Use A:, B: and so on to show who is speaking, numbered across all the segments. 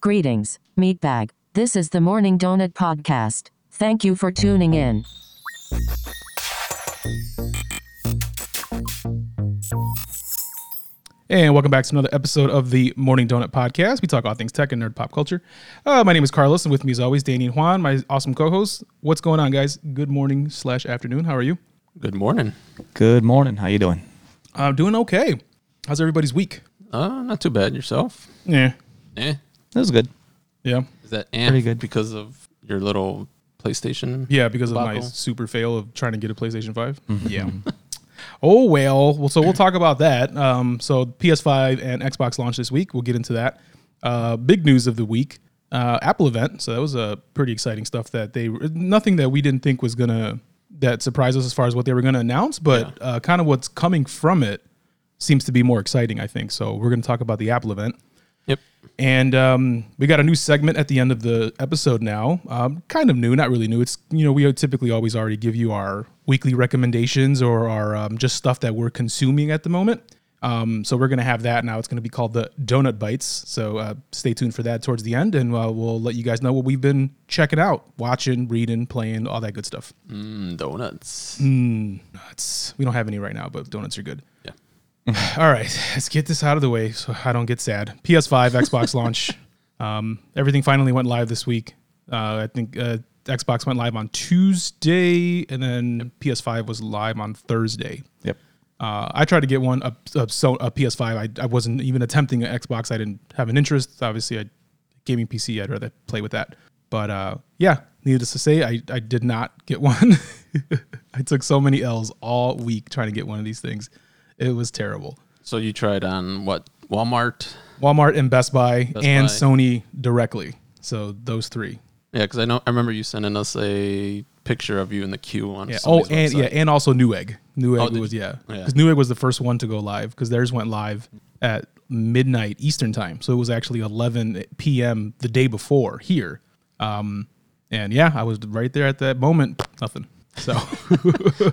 A: Greetings, Meatbag. This is the Morning Donut Podcast. Thank you for tuning in.
B: And welcome back to another episode of the Morning Donut Podcast. We talk all things tech and nerd pop culture. Uh, my name is Carlos, and with me as always, Danny and Juan, my awesome co-hosts. What's going on, guys? Good morning slash afternoon. How are you?
C: Good morning.
D: Good morning. How you doing?
B: I'm doing okay. How's everybody's week?
C: Uh, not too bad yourself.
B: Yeah,
C: Eh?
D: That was good.
B: yeah,
C: Is that eh
D: Pretty good.
C: because of your little PlayStation?
B: yeah. Because of my
C: Debacle.
B: super fail of trying to get a PlayStation 5 Yeah. Oh well. Well, so we'll talk about that. Um, so PS5 and Xbox launch this week. We'll get into that. Uh, big news of the week: uh, Apple event. So that was uh, pretty exciting stuff. That they nothing that we didn't think was gonna that surprised us as far as what they were gonna announce, but uh, kind of what's coming from it seems to be more exciting. I think so. We're gonna talk about the Apple event.
C: Yep.
B: And um, we got a new segment at the end of the episode now. Um, kind of new, not really new. It's, you know, we typically always already give you our weekly recommendations or our um, just stuff that we're consuming at the moment. Um, so we're going to have that now. It's going to be called the Donut Bites. So uh, stay tuned for that towards the end, and uh, we'll let you guys know what we've been checking out, watching, reading, playing, all that good stuff. Mm,
C: Mm, donuts.
B: Nuts. We don't have any right now, but donuts are good.
C: Yeah.
B: All right, let's get this out of the way so I don't get sad. PS5, Xbox launch. Um, everything finally went live this week. Uh, I think uh, Xbox went live on Tuesday, and then PS5 was live on Thursday.
D: Yep.
B: Uh, I tried to get one a, a, so a PS5. I, I wasn't even attempting an Xbox. I didn't have an interest. Obviously, I gaming PC. I'd rather play with that. But uh, yeah, needless to say, I, I did not get one. I took so many L's all week trying to get one of these things. It was terrible.
C: So you tried on what? Walmart?
B: Walmart and Best Buy and
C: Buy.
B: Sony directly. So those three.
C: Yeah, because I know I remember you sending us a picture of you in the queue on.
B: Yeah. Oh,
C: somebody's
B: and yeah,
C: website. Oh,
B: and also Newegg. Newegg
C: did
B: was
C: you-
B: yeah,
C: yeah.
B: because Newegg was the first one to go live because theirs went live at midnight Eastern time, so it was actually 11 p.m. the day before here. Um, and yeah, I was right there at that moment. Nothing. So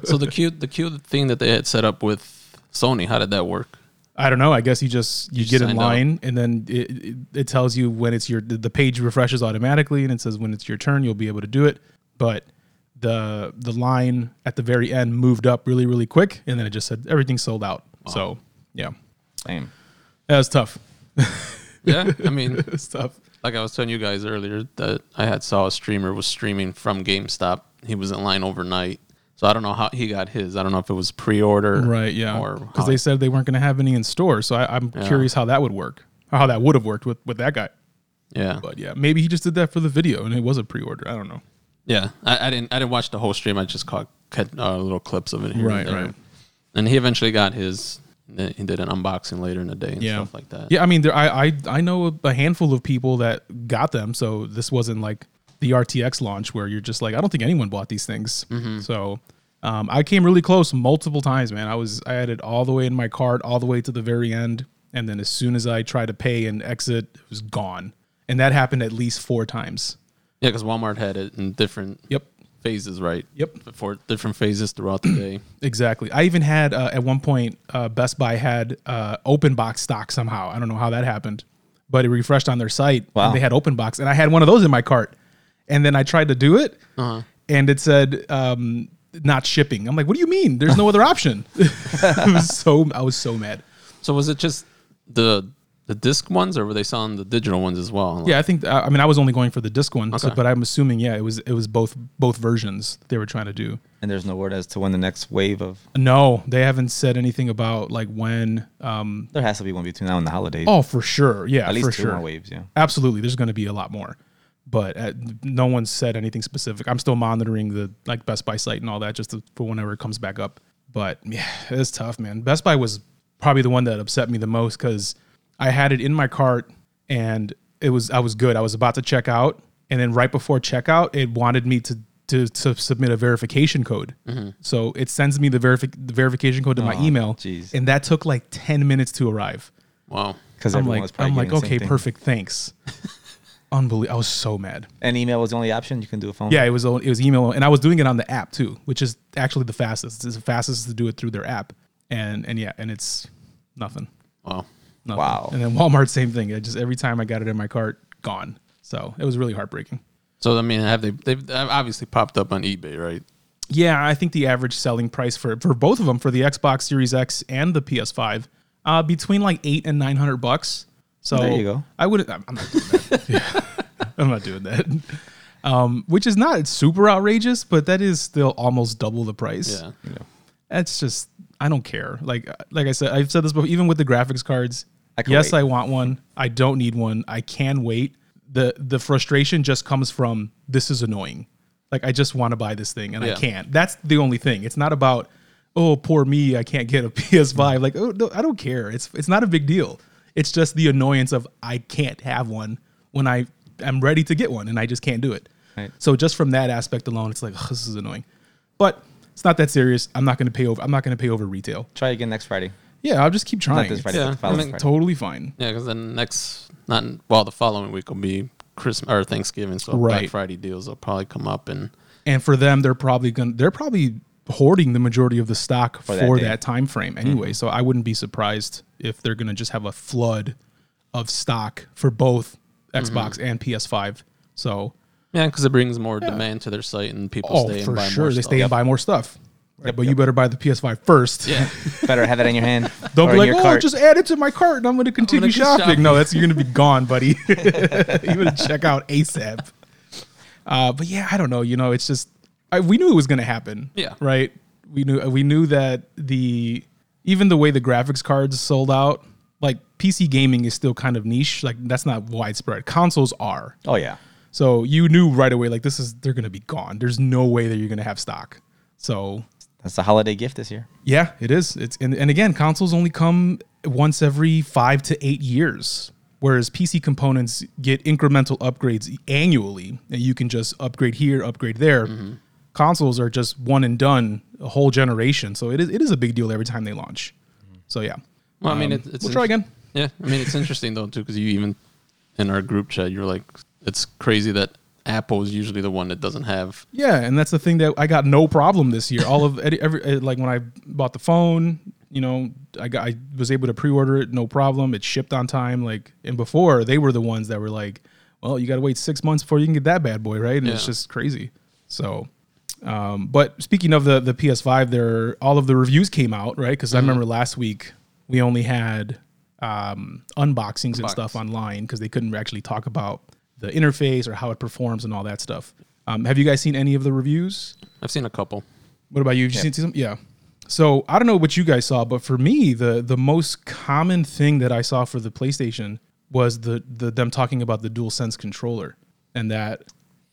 C: so the queue, the queue thing that they had set up with Sony, how did that work?
B: I don't know. I guess you just you,
C: just
B: get in
C: signed up.
B: line, and then it, it, it tells you when it's your the the page refreshes automatically, and it says when it's your turn, you'll be able to do it. But the the line at the very end moved up really really quick, and then it just said everything's sold out. So yeah,
D: Same.
B: that was tough.
C: Yeah, I mean,
B: It's tough.
C: like I was telling you guys earlier that I had saw a streamer was streaming from GameStop. He was in line overnight, so I don't know how he got his. I don't know if it was pre-order,
B: Right. Yeah.
C: or
B: Because
C: how-
B: they said they weren't going to have any in store, so I, I'm
C: Yeah.
B: curious how that would work, or how that would have worked with with that guy.
C: yeah,
B: But yeah, maybe he just did that for the video, and it was a pre-order. I don't know.
C: yeah. I, I didn't, I didn't watch the whole stream. I just caught, cut uh, little clips of it here,
B: Right,
C: and there.
B: right.
C: And he eventually got his. Then He did an unboxing later in the day and
B: yeah.
C: stuff like that.
B: Yeah, I mean, there, I, I I know a handful of people that got them, so this wasn't like the RTX launch where you're just like, I don't think anyone bought these things.
C: Mm-hmm.
B: So um, I came really close multiple times, man. I was I had it all the way in my cart, all the way to the very end, and then as soon as I tried to pay and exit, it was gone. And that happened at least four times.
C: yeah, because Walmart had it in different
B: Yep.
C: phases, right?
B: Yep.
C: for different phases throughout the day.
B: Exactly. I even had uh, at one point uh, Best Buy had uh, open box stock somehow. I don't know how that happened, but it refreshed on their site.
D: Wow.
B: And they had open box, and I had one of those in my cart. And then I tried to do it, and it said um, not shipping. I'm like, what do you mean? There's no other option. it was so I was so mad.
C: So was it just the the disc ones, or were they selling the digital ones as well?
B: Yeah, I think uh, I I mean I was only going for the disc one, so,
C: Okay.
B: but I'm assuming yeah, it was it was both both versions they were trying to do.
D: And there's no word as to when the next wave of
B: No, they haven't said anything about like when. Um,
D: there has to be one between now and the holidays.
B: oh, for sure. Yeah,
D: at least
B: for
D: two
B: sure.
D: more waves. Yeah.
B: absolutely there's going to be a lot more but uh, no one said anything specific i'm still monitoring the like best buy site and all that just to, for whenever it comes back up but yeah it's tough man best buy was probably the one that upset me the most because i had it in my cart and it was i was good i was about to check out and then right before checkout it wanted me to to, to submit a verification code so it sends me the, verifi- the verification code to my email
D: jeez.
B: and that took like 10 minutes to arrive
C: Wow.
D: Because
B: I'm
D: everyone
B: like,
D: was probably
B: I'm like,
D: getting the same
B: okay,
D: thing.
B: perfect, thanks. Unbelievable. I was so mad.
D: And email was the only option. You can do a phone.
B: Yeah, it was it was email, and I was doing it on the app too, which is actually the fastest. It's the fastest to do it through their app, and and yeah, and it's nothing.
C: Wow.
B: nothing.
D: Wow.
B: And then Walmart, same thing. I just every time I got it in my cart, gone. So it was really heartbreaking.
C: So I mean, have they? They've they've obviously popped up on eBay, right?
B: Yeah, I think the average selling price for for both of them for the Xbox Series X and the PS5 uh between like 8 and 900 bucks. So
D: There you go.
B: I would I'm I'm not doing that. Yeah. I'm not doing that. Um which is not super outrageous, but that is still almost double the price.
C: Yeah.
B: That's just I don't care. Like uh, like I said I've said this before even with the graphics cards.
D: I can
B: yes,
D: wait.
B: I want one. I don't need one. I can wait. The the frustration just comes from this is annoying. Like I just want to buy this thing and
C: Yeah.
B: I can't. That's the only thing. It's not about oh poor me, I can't get a PS5. Like oh no, I don't care. It's it's not a big deal. It's just the annoyance of I can't have one when I am ready to get one and I just can't do it.
D: Right.
B: So just from that aspect alone, it's like "Ugh, this is annoying. But it's not that serious. I'm not going to pay over. I'm not going to pay over retail.
D: Try again next Friday.
B: Yeah, I'll just keep
D: Not
B: trying.
D: this
B: It's
D: Friday.
C: Yeah,
D: but the
C: I
D: following
C: mean,
D: Friday.
B: Totally fine.
C: Yeah, because then next, not well, the following week will be Christmas or Thanksgiving, so
B: Right.
C: Black Friday deals will probably come up, and
B: and for them they're probably going they're probably hoarding the majority of the stock for,
D: that
B: that,
D: day.
B: time frame
C: Mm-hmm.
B: anyway so i wouldn't be surprised if they're going to just have a flood of stock for both xbox
C: Mm-hmm.
B: and ps5 so
C: yeah, because it brings more demand to their site, and people
B: oh
C: stay and
B: for
C: buy
B: sure
C: more.
B: they
C: stuff.
B: stay and buy more stuff Right, but you better buy the ps5 first
C: Yeah,
D: Better have that in your hand.
B: Don't be
D: or in
B: like,
D: your
B: oh,
D: cart.
B: just add it to my cart and I'm going to continue
C: keep
B: shopping.
C: shopping.
B: No, that's you're going to be gone, buddy. you're going to check out ASAP. Uh, but yeah, I don't know. You know, it's just I, we knew it was going to happen.
C: Yeah.
B: right. We knew we knew that the even the way the graphics cards sold out, like PC gaming is still kind of niche. Like that's not widespread. Consoles are.
D: oh yeah.
B: So you knew right away, like this is they're going to be gone. There's no way that you're going to have stock. So
D: That's the holiday gift this year.
B: yeah, it is. It's and, and again, consoles only come once every five to eight years, whereas PC components get incremental upgrades annually, and you can just upgrade here, upgrade there. Consoles are just one and done, a whole generation. So it is it is a big deal every time they launch. So yeah,
C: well, I mean,
B: Um,
C: it, it's
B: we'll try
C: inter-
B: again.
C: Yeah, I mean, it's interesting though too, because you even in our group chat, you're like, it's crazy that Apple is usually the one that doesn't have.
B: Yeah, and that's the thing that I got no problem this year. All of every, every eh, like when I bought the phone, you know, I got I was able to pre-order it no problem. It shipped on time. Like and before they were the ones that were like, well, you got to wait six months before you can get that bad boy, right? And it's
C: Yeah.
B: just crazy. So, um, but speaking of the the PS5, there all of the reviews came out right because I remember last week we only had um, unboxings and
C: Unbox.
B: stuff online because they couldn't actually talk about the interface or how it performs and all that stuff. Um, have you guys seen any of the reviews?
C: I've seen a couple.
B: What about you? Have you seen some? Yeah. So I don't know what you guys saw, but for me, the the most common thing that I saw for the PlayStation was the the them talking about the DualSense controller and that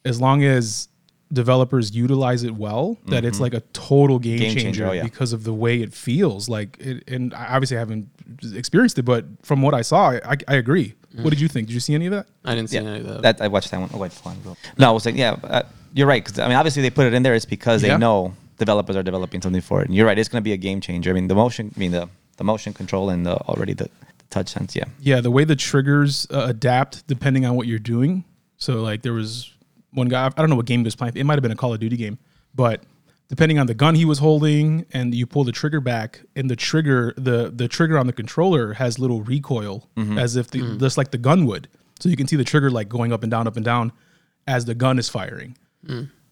B: as long as developers utilize it well, that it's like a total Mm-hmm. game,
D: Game
B: changer,
D: changer, oh, yeah.
B: because of the way it feels. Like, it, and I obviously haven't experienced it, but from what I saw, I, I agree. What did you think? Did you see any of that?
C: I didn't see
D: Yeah,
C: any of that.
D: that I watched that one. Oh, wait, hold on, bro. No, I was like, yeah, uh, you're right. 'cause, I mean, obviously they put it in there. It's because
B: Yeah.
D: they know developers are developing something for it. And you're right. It's going to be a game changer. I mean, the motion, I mean the the motion control and the already the, the touch sense. Yeah,
B: Yeah, the way the triggers uh, adapt depending on what you're doing. So like there was one guy, I don't know what game he was playing. It might have been a Call of Duty game, but depending on the gun he was holding and you pull the trigger back and the trigger the the trigger on the controller has little recoil as if the, just like the gun would. So you can see the trigger like going up and down up and down as the gun is firing.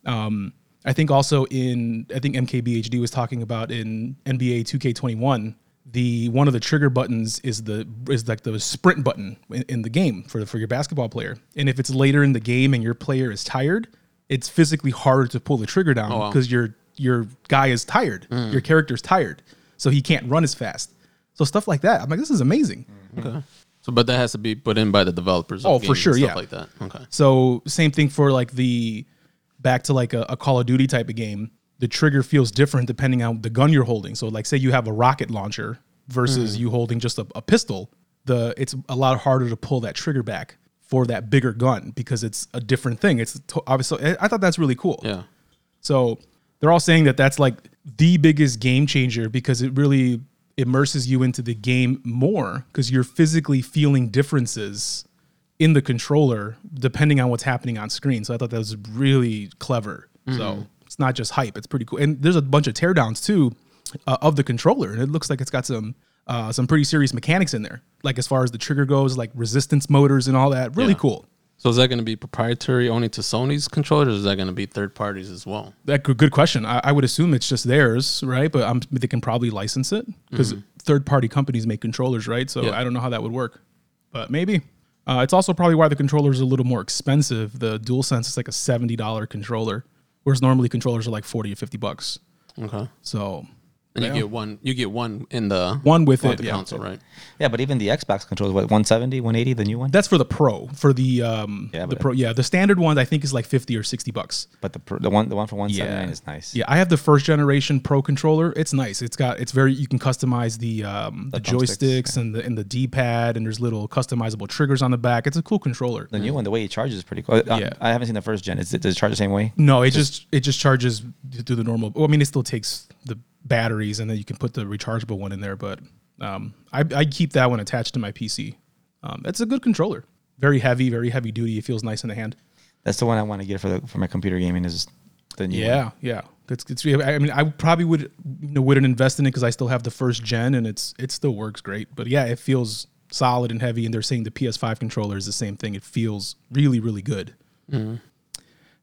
B: Um, I think also in I think MKBHD was talking about in NBA 2K21 the one of the trigger buttons is the is like the sprint button in, in the game for for your basketball player. And if it's later in the game and your player is tired, it's physically harder to pull the trigger down because your your guy is tired, your character's tired, so he can't run as fast. So stuff like that, I'm like, this is amazing.
C: okay. So, but that has to be put in by the developers. of
B: Oh, for
C: games and
B: sure,
C: Stuff
B: yeah.
C: Like that. Okay.
B: So same thing for like the back to like a, a Call of Duty type of game. The trigger feels different depending on the gun you're holding. So like say you have a rocket launcher versus you holding just a, a pistol, the it's a lot harder to pull that trigger back for that bigger gun because it's a different thing. It's to- obviously I- I thought that's really cool.
C: Yeah.
B: So they're all saying that that's like the biggest game changer because it really immerses you into the game more because you're physically feeling differences in the controller depending on what's happening on screen. So I thought that was really clever. So it's not just hype; it's pretty cool. And there's a bunch of teardowns too uh, of the controller, and it looks like it's got some uh, some pretty serious mechanics in there, like as far as the trigger goes, like resistance motors and all that. Really
C: Yeah.
B: cool.
C: So is that going to be proprietary only to Sony's controllers, or is that going to be third parties as well?
B: That good, good question. I, I would assume it's just theirs, right? But I'm, they can probably license it because
D: Mm-hmm.
B: third-party companies make controllers, right? So
C: Yeah.
B: I don't know how that would work, but maybe. Uh, it's also probably why the controller is a little more expensive. The DualSense is like a seventy dollar controller, whereas normally controllers are like forty or fifty bucks.
C: Okay.
B: So
C: And
B: yeah.
C: you get one. You get one in the
B: One with it,
C: the
B: yeah.
C: console, right?
D: Yeah, but even the Xbox controls what 170, 180, the new one.
B: that's for the Pro. For the um,
D: Yeah,
B: the
D: but-
B: Pro, yeah, the standard one I think is like fifty or sixty bucks.
D: But the pr- the one the one for 179 is nice.
B: Yeah, I have the first generation Pro controller. It's nice. It's got it's very you can customize the um, the,
D: thumbsticks,
B: joysticks and the and the D pad and there's little customizable triggers on the back. It's a cool controller.
D: The new one, the way it charges is pretty cool. Uh,
B: Yeah.
D: I haven't seen the first gen. Is it, does it charge the same way?
B: No, it just, it just charges through the normal. Well, I mean, it still takes the batteries and then you can put the rechargeable one in there. But um, I, I keep that one attached to my PC. Um, it's a good controller. Very heavy, very heavy duty. It feels nice in the hand.
D: That's the one I want to get for the for my computer gaming. Is the new one.
B: Yeah, yeah. It's, it's, I mean, I probably would you know, wouldn't invest in it because I still have the first gen and it's it still works great. But yeah, it feels solid and heavy. And they're saying the PS5 controller is the same thing. It feels really, really good.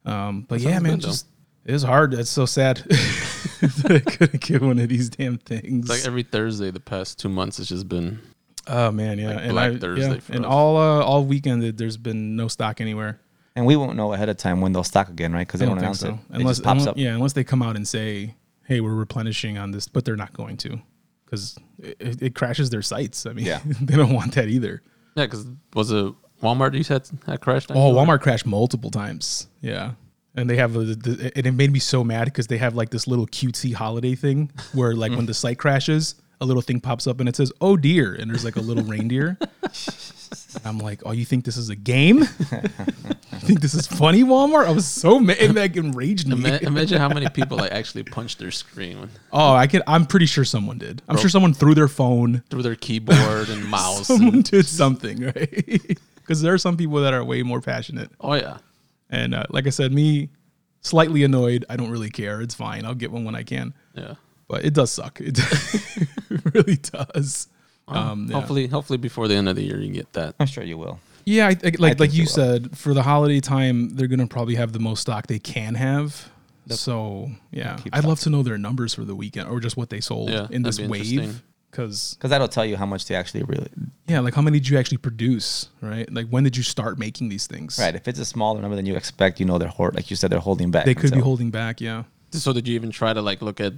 B: Um, but yeah,
C: Mm-hmm. sounds
B: man,
C: good, though.
B: just it's hard. It's so sad. that I couldn't get one of these damn things.
C: It's like every Thursday the past two months, it's just been
B: oh man, yeah, and
C: Black
B: I-
C: Thursday
B: yeah.
C: for
B: and
C: us.
B: all uh, all weekend that there's been no stock anywhere.
D: And we won't know ahead of time when they'll stock again, right? Because they
B: I
D: don't
B: don't think
D: announce it.
B: so.
D: it
B: Unless,
D: just pops
B: unle-
D: up.
B: yeah, unless they come out and say, "Hey, we're replenishing on this," but they're not going to because it, it- it crashes their sites. I mean,
D: Yeah.
B: they don't want that either.
C: yeah. Because was it Walmart you said that crashed?
B: Oh, Walmart crashed multiple times. Yeah. And they have, a, the, and it made me so mad because they have like this little cutesy holiday thing where, like, when the site crashes, a little thing pops up and it says, "Oh dear," and there's like a little reindeer. And I'm like, "Oh, you think this is a game? you think this is funny, Walmart?" I was so mad, it like enraged me.
C: Ima- Imagine how many people like actually punched their screen when-
B: Oh, I could. I'm pretty sure someone did. I'm sure someone threw their phone.
C: through their keyboard and mouse. and-
B: Someone did something, right? Because there are some people that are way more passionate.
C: oh yeah,
B: And uh, like I said, me, slightly annoyed. I don't really care. It's fine. I'll get one when I can.
C: yeah.
B: But it does suck. It, it really does. Um, yeah.
C: Hopefully, hopefully before the end of the year you get that.
D: I'm sure you will.
B: Yeah, I, think like
D: think
B: like
D: they
B: you
D: will.
B: said, for the holiday time, they're gonna probably have the most stock they can have. So yeah,
D: keep
B: I'd love to know their numbers for the weekend or just what they sold
C: Yeah,
B: in
C: that'd
B: this
C: be
B: wave.
C: interesting.
B: Because
D: Because that'll tell you how much they actually really.
B: Yeah, like how many did you actually produce, right? Like when did you start making these things?
D: Right. If it's a smaller number than you expect, you know they're hoard. Like you said, they're holding back.
B: They could be
D: until-
B: holding back, yeah.
C: So did you even try to like look at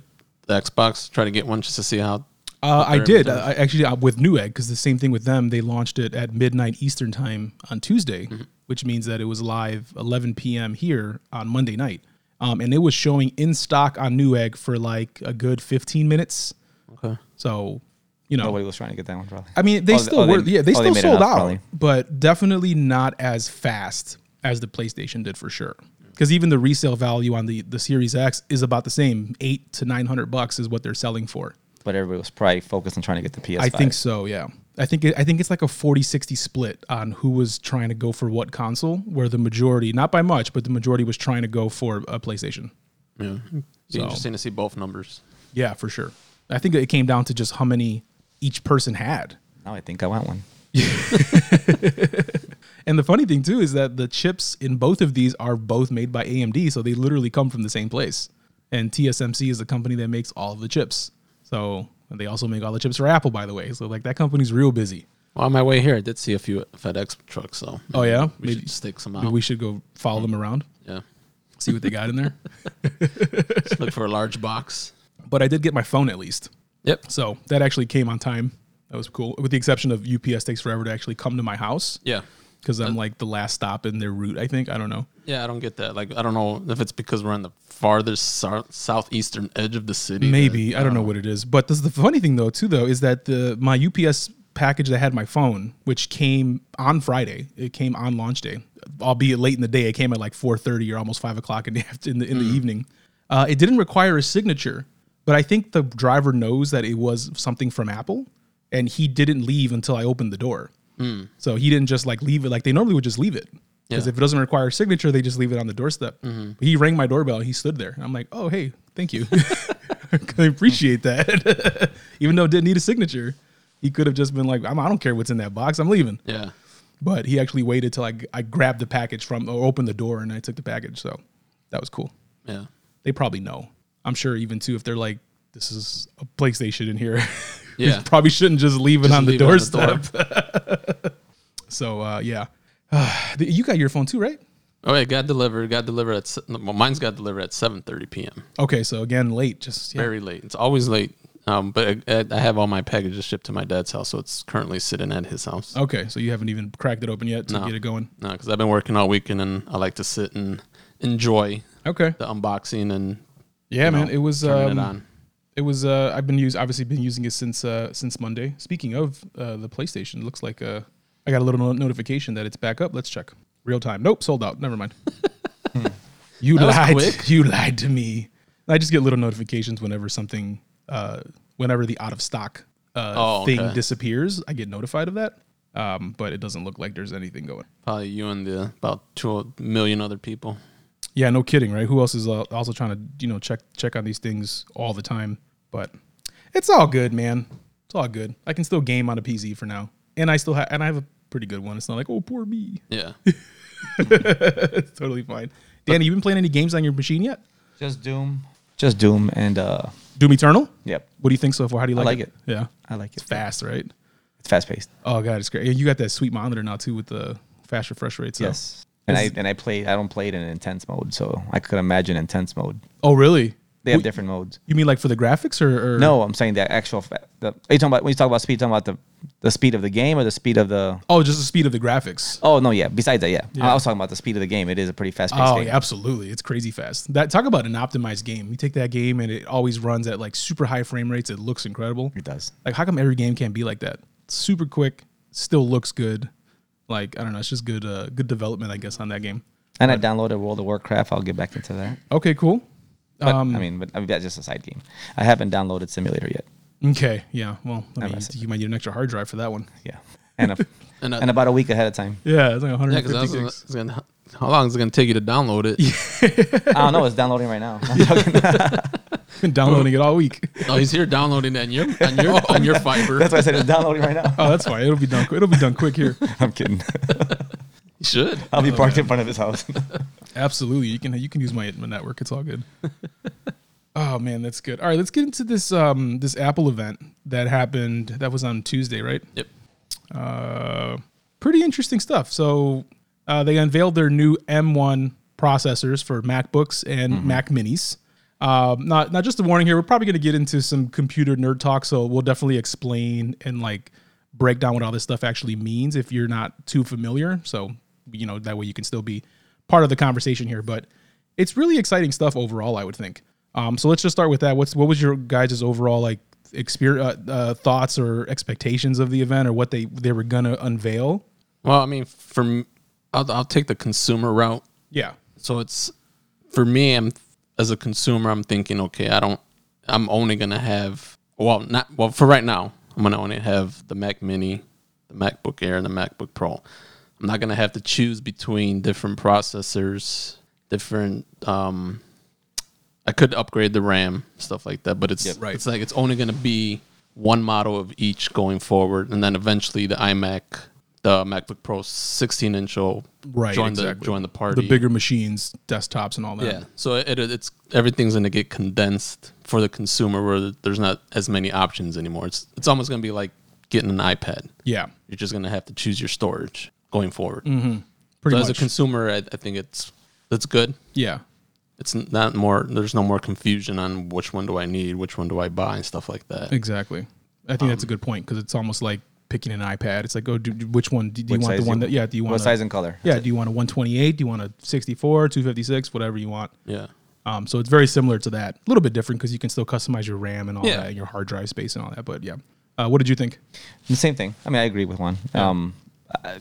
C: the Xbox, try to get one just to see how?
B: Uh,
C: what
B: I
C: their
B: did
C: inventory-
B: I, actually uh, with Newegg because the same thing with them. They launched it at midnight Eastern time on Tuesday,
D: Mm-hmm.
B: which means that it was live 11 p.m. here on Monday night, um, and it was showing in stock on Newegg for like a good 15 minutes.
C: Okay.
B: So, you know,
D: Nobody was trying to get that one probably.
B: I mean, they
D: Oh, th-
B: still
D: oh, they-
B: were, yeah, they
D: oh, they
B: still
D: made it
B: sold
D: up,
B: out,
D: probably.
B: but definitely not as fast as the PlayStation did for sure. Because even the resale value on the the Series X is about the same, eight to nine hundred bucks is what they're selling for.
D: but everybody was probably focused on trying to get the PS5.
B: I think so, yeah. I think it, I think it's like a 40-60 split on who was trying to go for what console, where the majority, not by much, but the majority was trying to go for a PlayStation.
C: Yeah. It'd be
B: So-
C: interesting to see both numbers.
B: Yeah, for sure. I think it came down to just how many each person had.
D: Now I think I want one.
B: And the funny thing too is that the chips in both of these are both made by AMD, so they literally come from the same place. And TSMC is the company that makes all of the chips. So and they also make all the chips for Apple, by the way. So like that company's real busy.
C: Well, on my way here, I did see a few FedEx trucks. So
B: Oh yeah,
C: we
B: Maybe-
C: should stick some
B: maybe
C: out.
B: we should go follow them around,
C: yeah,
B: see what they got in there.
C: Just look for a large box.
B: But I did get my phone at least,
C: Yep.
B: so that actually came on time. That was cool, with the exception of UPS takes forever to actually come to my house
C: Yeah.
B: because I'm like the last stop in their route. I think I don't know.
C: Yeah, I don't get that. Like, I don't know if it's because we're on the farthest sou- southeastern edge of the city. that-
B: Maybe I don't know what it is, but this is the funny thing though too though is that the my UPS package that had my phone, which came on Friday, it came on launch day, albeit late in the day. It came at like four thirty or almost five o'clock in the aft- in the, in the evening. Uh, it didn't require a signature, but I think the driver knows that it was something from Apple, and he didn't leave until I opened the door. So he didn't just like leave it like they normally would just leave it. Because
C: Yeah.
B: if it doesn't require a signature, they just leave it on the doorstep. But he rang my doorbell. and He stood there. I'm like, oh, hey, thank you. I appreciate that. Even though it didn't need a signature, he could have just been like, I'm, I don't care what's in that box. I'm leaving.
C: Yeah.
B: but he actually waited till I, I grabbed the package from or opened the door and I took the package. So that was cool.
C: Yeah.
B: They probably know. I'm sure even too if they're like, this is a PlayStation in here. we
C: Yeah.
B: probably shouldn't just leave it
C: Just
B: on the
C: leave it on the
B: doorstep. so uh, yeah, Ah, th- you got your phone too, right?
C: Oh, yeah, got delivered. Got delivered at se- well, mine's got delivered at 7:30 p.m.
B: Okay, so again, late. Just yeah.
C: Very late. It's always late. Um, but I, I have all my packages shipped to my dad's house, so it's currently sitting at his house.
B: okay. So you haven't even cracked it open yet to
C: No.
B: get it going.
C: No, because I've been working all weekend, and I like to sit and enjoy
B: Okay.
C: the unboxing and
B: Yeah,
C: you
B: man.
C: know,
B: it was
C: turning
B: um,
C: it on.
B: it was uh i've been use obviously been using it since uh since monday speaking of uh the playstation looks like uh i got a little no- notification that it's back up let's check real time nope sold out never mind you
C: Hmm. That was
B: lied
C: quick.
B: you lied to me i just get little notifications whenever something uh whenever the out of stock uh
C: Oh,
B: thing
C: okay.
B: disappears i get notified of that um but it doesn't look like there's anything going
C: Probably you and the about two million other people.
B: yeah no kidding right who else is uh, also trying to you know check check on these things all the time but it's all good man it's all good i can still game on a pz for now and i still have and i have a pretty good one it's not like oh poor me
C: Yeah.
B: it's totally fine danny you been playing any games on your machine yet
D: Just Doom. Just Doom and uh
B: doom eternal
D: yep.
B: what do you think so far how do you like,
D: like
B: it?
D: it.
B: yeah
D: I like
B: it's
D: it.
B: fast right
D: It's fast paced.
B: oh god it's great you got that sweet monitor now too with the fast refresh rate so.
D: Yes. And I
B: Is-
D: and I play I don't play it in intense mode, so I could imagine intense mode.
B: oh really
D: They have
B: Wh-
D: different modes.
B: you mean like for the graphics or, or
D: No, I'm saying the actual. Fa- the, are you talking about when you talk about speed? Talking about the the speed of the game or the speed of the?
B: oh just the speed of the graphics
D: Oh no, yeah. Besides that, yeah.
B: Yeah.
D: I was talking about the speed of the game. It is a pretty fast paced
B: Oh,
D: game.
B: yeah, absolutely. It's crazy fast. That talk about an optimized game. You take that game and it always runs at like super high frame rates. It looks incredible.
D: It does.
B: Like how come every game can't be like that? Super quick, still looks good. Like I don't know, it's just good uh, good development I guess on that game.
D: And I downloaded World of Warcraft. I'll get back into that.
B: Okay, cool.
D: But,
B: Um,
D: I mean, but I mean, that's just a side game. I haven't downloaded Simulator yet.
B: Okay, yeah. Well, I mean,
D: messed
B: you, you might need an extra hard drive for that one.
D: Yeah, and a,
C: And
D: and,
C: a-
D: about a week ahead of time.
B: Yeah, it's like
C: Yeah, because
B: 150
C: I was, gonna-
B: gigs.
C: I was gonna, how long is it gonna take you to download it?
D: I don't know. It's downloading right now.
B: Been downloading it all week.
C: Oh, he's here downloading it on your on your on your fiber.
D: that's why I said it's downloading right now.
B: Oh, that's fine. It'll be done. It'll be done quick here.
D: I'm kidding.
C: You should.
D: I'll
B: Oh,
D: be parked in front of his house.
B: Absolutely, you can you can use my, my network. It's all good. oh man, that's good. All right, let's get into this um this Apple event that happened. That was on Tuesday, right?
C: Yep.
B: Uh, pretty interesting stuff. So uh, they unveiled their new M1 processors for MacBooks and Mac Minis. Um, not not just a warning here. We're probably going to get into some computer nerd talk, so we'll definitely explain and like break down what all this stuff actually means if you're not too familiar. So you know that way you can still be part of the conversation here. But it's really exciting stuff overall, I would think. Um, so let's just start with that. What's what was your guys' overall like experience, uh, uh, thoughts or expectations of the event, or what they they were gonna unveil?
C: Well, I mean, for m- I'll, I'll take the consumer route.
B: Yeah,
C: So it's for me. I'm as a consumer. I'm thinking, okay, I don't. I'm only gonna have. Well, not well for right now. I'm gonna only have the Mac Mini, the MacBook Air, and the MacBook Pro. I'm not gonna have to choose between different processors, different. Um, I could upgrade the RAM, stuff like that, but it's
B: right.
C: it's like it's only gonna be one model of each going forward, and then eventually the iMac, the MacBook Pro 16 inch will
B: right.
C: join
B: exactly.
C: the join the party.
B: The bigger machines, desktops, and all that.
C: Yeah. So it, it, it's everything's going to get condensed for the consumer, where there's not as many options anymore. It's it's almost going to be like getting an iPad.
B: yeah,
C: You're just going to have to choose your storage going forward.
B: Mm-hmm. pretty
C: So
B: much.
C: as a consumer, I, I think it's that's good.
B: yeah,
C: It's not more. There's no more confusion on which one do I need, which one do I buy, and stuff like that.
B: exactly. I think
D: Um,
B: that's a good point because it's almost like picking an iPad. It's like, oh, do, do- which one do, do you
D: What
B: want? The
D: size
B: one
D: you-
B: that yeah, do you want
D: what size and color?
B: Yeah, do you want a 128? Do you want a 64, 256, whatever you want?
C: Yeah.
B: Um, so it's very similar to that. A little bit different because you can still customize your RAM and all
C: Yeah.
B: that, and your hard drive space and all that. But yeah, uh, what did you think?
D: The same thing. I mean, I agree with one. Um, I,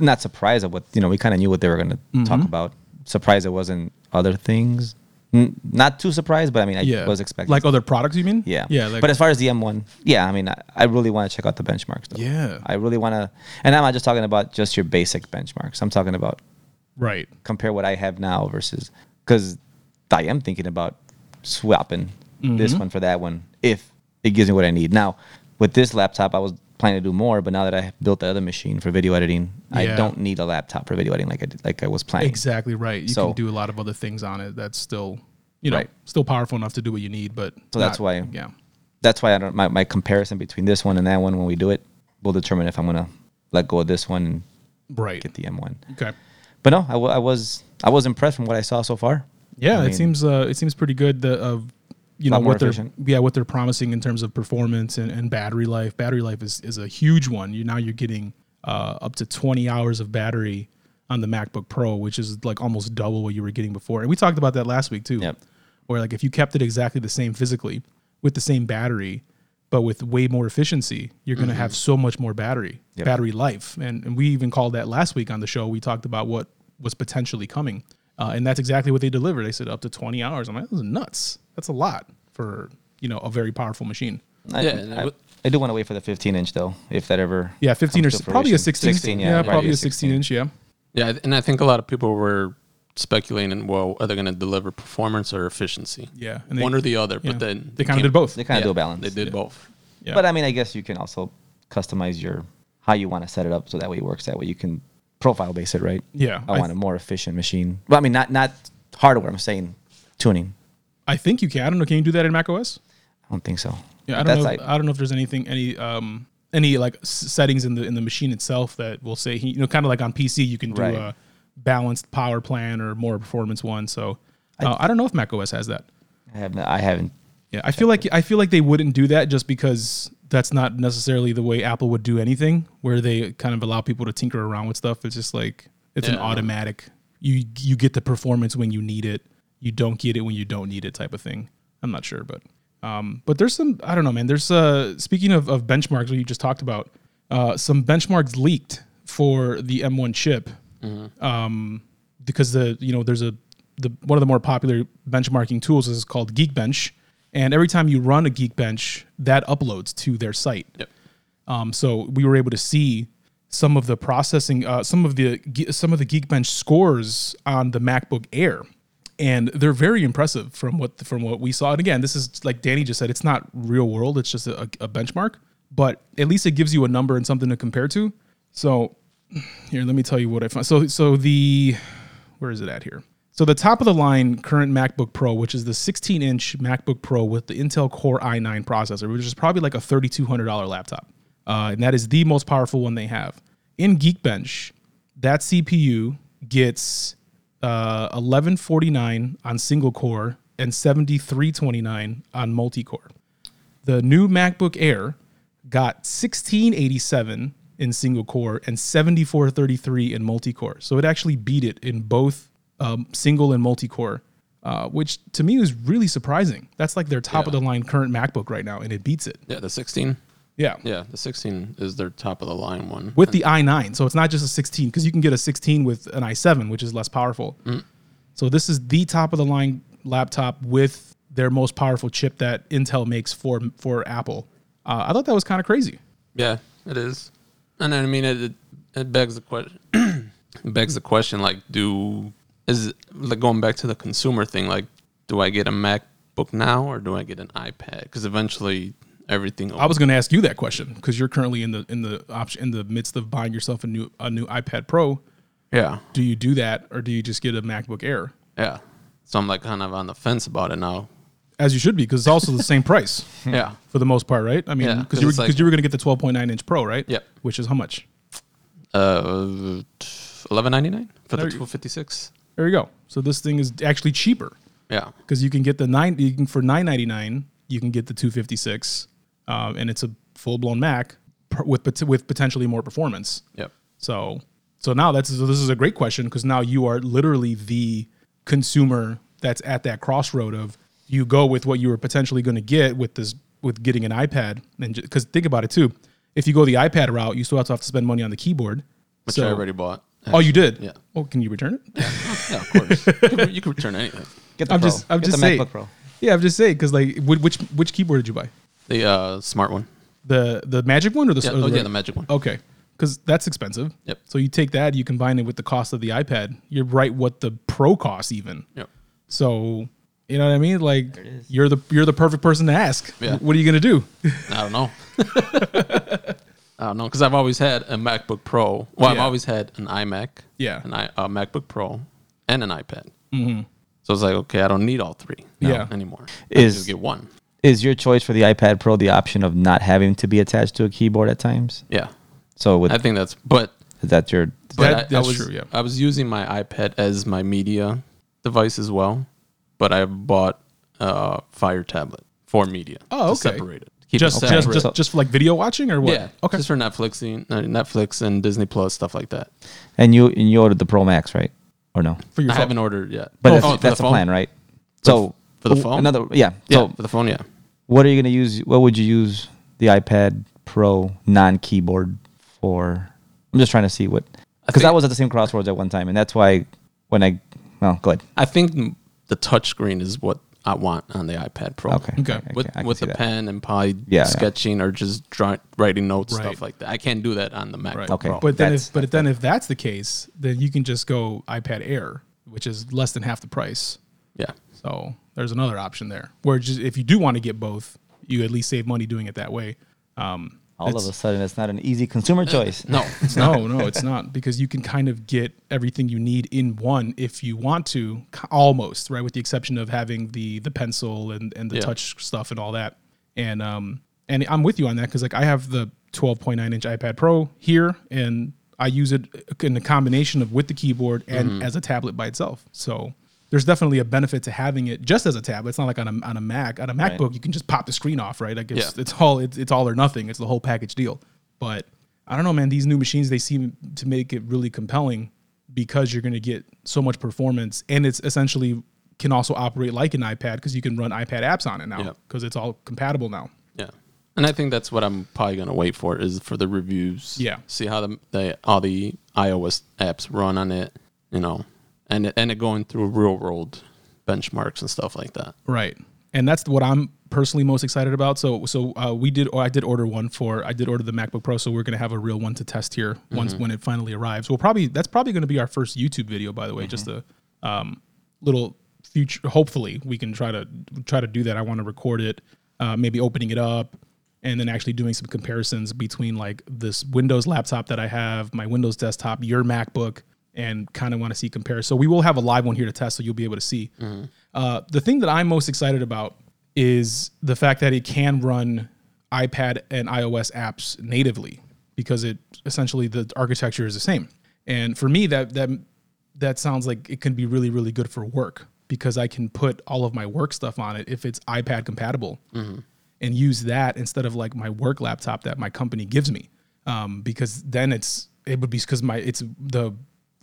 D: not surprised at what you know. We kind of knew what they were going to
B: Mm-hmm.
D: talk about. Surprised it wasn't other things. N- not too surprised, but I mean, I
B: Yeah,
D: was expecting.
B: like other products. You mean?
D: yeah,
B: yeah. Like,
D: but as far as the M1, yeah, I mean, I, I really want to check out the benchmarks. Though.
B: Yeah.
D: I really want to, and I'm not just talking about just your basic benchmarks. I'm talking about
B: right.
D: compare what I have now versus because I am thinking about
B: Mm-hmm.
D: swapping this one for that one if it gives me what I need. Now with this laptop, I was planning to do more, but now that I have built the other machine for video editing, I
B: Yeah.
D: don't need a laptop for video editing like I did, like I was planning.
B: Exactly right. You
D: So-
B: can do a lot of other things on it that's still, you know,
D: Right.
B: still powerful enough to do what you need, but
D: So that's why-
B: yeah.
D: That's why I don't my, my comparison between this one and that one when we do it will determine if I'm gonna let go of this one and
B: Right.
D: get the M1.
B: Okay.
D: But no, I, wa- I was I was impressed from what I saw so far.
B: Yeah,
D: I
B: it
D: mean-
B: seems uh, it seems pretty good. The uh, you know
D: Lot more
B: what they're
D: efficient.
B: yeah what they're promising in terms of performance and, and battery life. Battery life is, is a huge one. You now you're getting uh, up to 20 hours of battery on the MacBook Pro, which is like almost double what you were getting before. And we talked about that last week too.
D: Yep.
B: Where like if you kept it exactly the same physically with the same battery, but with way more efficiency, you're going to have so much more battery
D: Mm-hmm. Yep.
B: battery life. And, and we even called that last week on the show. We talked about what was potentially coming. Uh, and that's exactly what they delivered. They said up to 20 hours. I'm like, that's nuts. That's a lot for, you know, a very powerful machine.
D: I,
C: Yeah, and it
D: I,
C: wa-
D: I do want to wait for the 15 inch though, if that ever.
B: Yeah, 15 or
D: comes
B: s-
D: to
B: probably a
D: fruition.
B: 16.
D: 16,
B: yeah,
D: yeah, right,
B: probably
D: yeah,
B: a 16 inch. Yeah.
C: Yeah, I th- and I think a lot of people were speculating, well, are they going to deliver performance or efficiency?
B: Yeah, and they-
C: one or the other. But
B: Yeah.
C: then
B: they kind of
C: came-
B: did both.
D: They kind of
C: yeah,
D: do a balance.
C: They did both.
B: Yeah.
D: But I mean, I guess you can also customize your how you want to set it up so that way it works that way. You can profile base it, right?
B: Yeah,
D: I,
B: I
D: want a more efficient machine. Well, I mean, not not hardware. I'm saying tuning.
B: I think you can. I don't know. Can you do that in Mac OS?
D: I don't think so.
B: Yeah, I don't
D: That's
B: know.
D: like-
B: I don't know if there's anything, any, um, any like s- settings in the in the machine itself that will say, you know, kind of like on PC, you can do
D: Right.
B: a balanced power plan or more performance one. So uh, I don't know if Mac OS has that.
D: I have not, I haven't.
B: Yeah, I feel like I feel like they wouldn't do that just because that's not necessarily the way Apple would do anything, where they kind of allow people to tinker around with stuff. It's just like it's an
C: Yeah.
B: automatic. You you get the performance when you need it. You don't get it when you don't need it, type of thing. I'm not sure, but um, but there's some I don't know, man. There's uh speaking of of benchmarks, what you just talked about, uh, some benchmarks leaked for the M1 chip because the you know there's a the one of the more popular benchmarking tools is called Geekbench, and every time you run a Geekbench, that uploads to their site.
C: Yep.
B: Um, so we were able to see some of the processing, uh, some of the ge- some of the Geekbench scores on the MacBook Air, and they're very impressive from what from what we saw. And again, this is like Danny just said, it's not real world; it's just a, a benchmark. But at least it gives you a number and something to compare to. So here, let me tell you what I found. So so the where is it at here? So the top of the line current MacBook Pro, which is the 16-inch MacBook Pro with the Intel Core i9 processor, which is probably like a $3,200 laptop, uh, and that is the most powerful one they have. In Geekbench, that CPU gets uh, 1149 on single core and 7329 on multi core. The new MacBook Air got 1687 in single core and 7433 in multi core. So it actually beat it in both um, single and multi core, uh, which to me is really surprising. That's like their top of the line current MacBook right now, and it beats it.
C: Yeah, the 16.
B: Yeah.
C: Yeah, the 16 is their top of the line one.
B: With the i9. So it's not just a 16, because you can get a 16 with an i7, which is less powerful. So this is the top of the line laptop with their most powerful chip that Intel makes for for Apple. Uh, I thought that was kind of crazy.
C: Yeah, it is. And I mean, it it, it begs the question. begs the question, like, do is it- like going back to the consumer thing, like, do I get a MacBook now or do I get an iPad? Because eventually everything.
B: I was going to ask you that question because you're currently in the in the option in the midst of buying yourself a new a new iPad Pro.
C: yeah,
B: Do you do that or do you just get a MacBook Air?
C: yeah. So I'm like kind of on the fence about it now.
B: As you should be because it's also the same price
C: Yeah,
B: for the most part, right? I mean,
C: Yeah,
B: because
C: 'cause
B: you were
C: it's like-
B: because you were going to get the 12.9 inch Pro, right?
C: Yep.
B: Which is how much?
C: uh, eleven ninety nine for
B: There
C: the
B: you-
C: two fifty six.
B: There you go. So this thing is actually cheaper
C: Yeah,
B: because you can get the nine you can for 9.99 you can get the 256, um, and it's a full blown Mac pr- with pot- with potentially more performance.
C: yep.
B: So so now that's so this is a great question because now you are literally the consumer that's at that crossroad of you go with what you were potentially going to get with this with getting an iPad and because think about it too, if you go the iPad route, you still have to have to spend money on the keyboard.
C: Which
B: So-
C: I already bought.
B: Oh, you did.
C: Yeah.
B: Well, can you return it?
C: yeah, of course. you, can, you can return anything.
D: Get the
B: I'm
D: Pro.
B: just. I'm
D: Get
B: just
D: the
B: saying.
D: MacBook Pro.
B: Yeah, I'm just saying because like, whi- which which keyboard did you buy?
C: The uh, smart one.
B: The the Magic one or the
C: Yeah,
B: or
C: oh, yeah, the Magic one.
B: Okay, because that's expensive.
C: Yep.
B: So you take that, you combine it with the cost of the iPad. You're right. What the Pro costs even.
C: Yep.
B: So you know what I mean? Like you're the you're the perfect person to ask.
C: Yeah.
B: What are you gonna do?
C: I don't know. I don't know because I've always had a MacBook Pro. Well, I've
B: Yeah.
C: always had an iMac.
B: Yeah.
C: An I, a MacBook Pro and an iPad. Mm-hmm. So it's like, okay, I don't need all three. now
B: Yeah.
C: Anymore.
D: Is-
C: I just get one.
D: Is your choice for the iPad Pro the option of not having to be attached to a keyboard at times?
C: Yeah.
D: So with
C: I think that's but
D: that your
C: but
B: That-
C: I,
B: that's
C: I was,
B: true, yeah.
C: I was using my iPad as my media device as well, but I bought a Fire tablet for media.
B: Oh,
C: to
B: okay.
C: separate it. to keep it
B: Just, just,
C: separate.
B: just, just for like video watching or what?
C: yeah.
B: Okay.
C: Just for Netflixing, uh, Netflix and Disney Plus stuff like that.
D: and you and you ordered the Pro Max, right? Or no?
B: for your
C: I
B: phone.
C: haven't ordered yet.
D: But
C: Oh,
D: that's,
C: oh, for
D: that's the,
C: phone?
D: plan, right?
C: the
D: So
C: f- for the
D: w-
C: phone?
D: another yeah.
C: Yeah,
D: So
C: for the phone, yeah.
D: what are you gonna use? What would you use the iPad Pro non-keyboard for? I'm just trying to see what because I,
C: think-
D: was at the same crossroads at one time, and that's why when I well, go ahead.
C: I think m- the touchscreen is what I want on the iPad Pro.
D: Okay,
B: Okay.
D: I
C: With
D: can- I can
C: with
D: see
C: the
D: that.
C: pen and probably
D: Yeah, yeah.
C: sketching or just drawing, writing notes
B: Right.
C: stuff like that. I can't do that on the MacBook
B: Right.
D: Okay.
C: Pro.
B: But then,
D: That's-
B: if, but then if that's the case, then you can just go iPad Air, which is less than half the price.
C: yeah.
B: So there's another option there, where just if you do want to get both, you at least save money doing it that way. Um,
D: All of
B: it's-
D: a sudden, it's not an easy consumer choice.
C: No.
B: no, no, it's not because you can kind of get everything you need in one if you want to, k- almost right, with the exception of having the the pencil and and the
C: Yeah.
B: touch stuff and all that. And um and I'm with you on that because like I have the 12.9 inch iPad Pro here and I use it in a combination of with the keyboard and
C: Mm-hmm.
B: as a tablet by itself. So there's definitely a benefit to having it just as a tablet. It's not like on a on a Mac on a MacBook you can just pop the screen off, right? Like it's
C: Yeah.
B: it's all it's, it's all or nothing. It's the whole package deal. But I don't know, man. These new machines they seem to make it really compelling because you're going to get so much performance, and it's essentially can also operate like an iPad because you can run iPad apps on it now
C: Yeah.
B: because it's all compatible now.
C: Yeah. And I think that's what I'm probably gonna wait for is for the reviews.
B: Yeah.
C: See how the, the all the iOS apps run on it, you know, and it, and it going through real world benchmarks and stuff like that.
B: Right, and that's what I'm personally most excited about. So, so uh, we did. Or I did order one for. I did order the MacBook Pro, so we're gonna have a real one to test here once when it finally arrives. We'll probably that's probably gonna be our first YouTube video, by the way. Just a um, little future. Hopefully, we can try to try to do that. I want to record it, uh, maybe opening it up, and then actually doing some comparisons between like this Windows laptop that I have, my Windows desktop, your MacBook, and kind of want to see compare. So we will have a live one here to test, so you'll be able to see. Uh, the thing that I'm most excited about is the fact that it can run iPad and iOS apps natively because it essentially the architecture is the same. And for me, that that that sounds like it can be really really good for work because I can put all of my work stuff on it if it's iPad compatible and use that instead of like my work laptop that my company gives me um, because then it's it would be because my it's the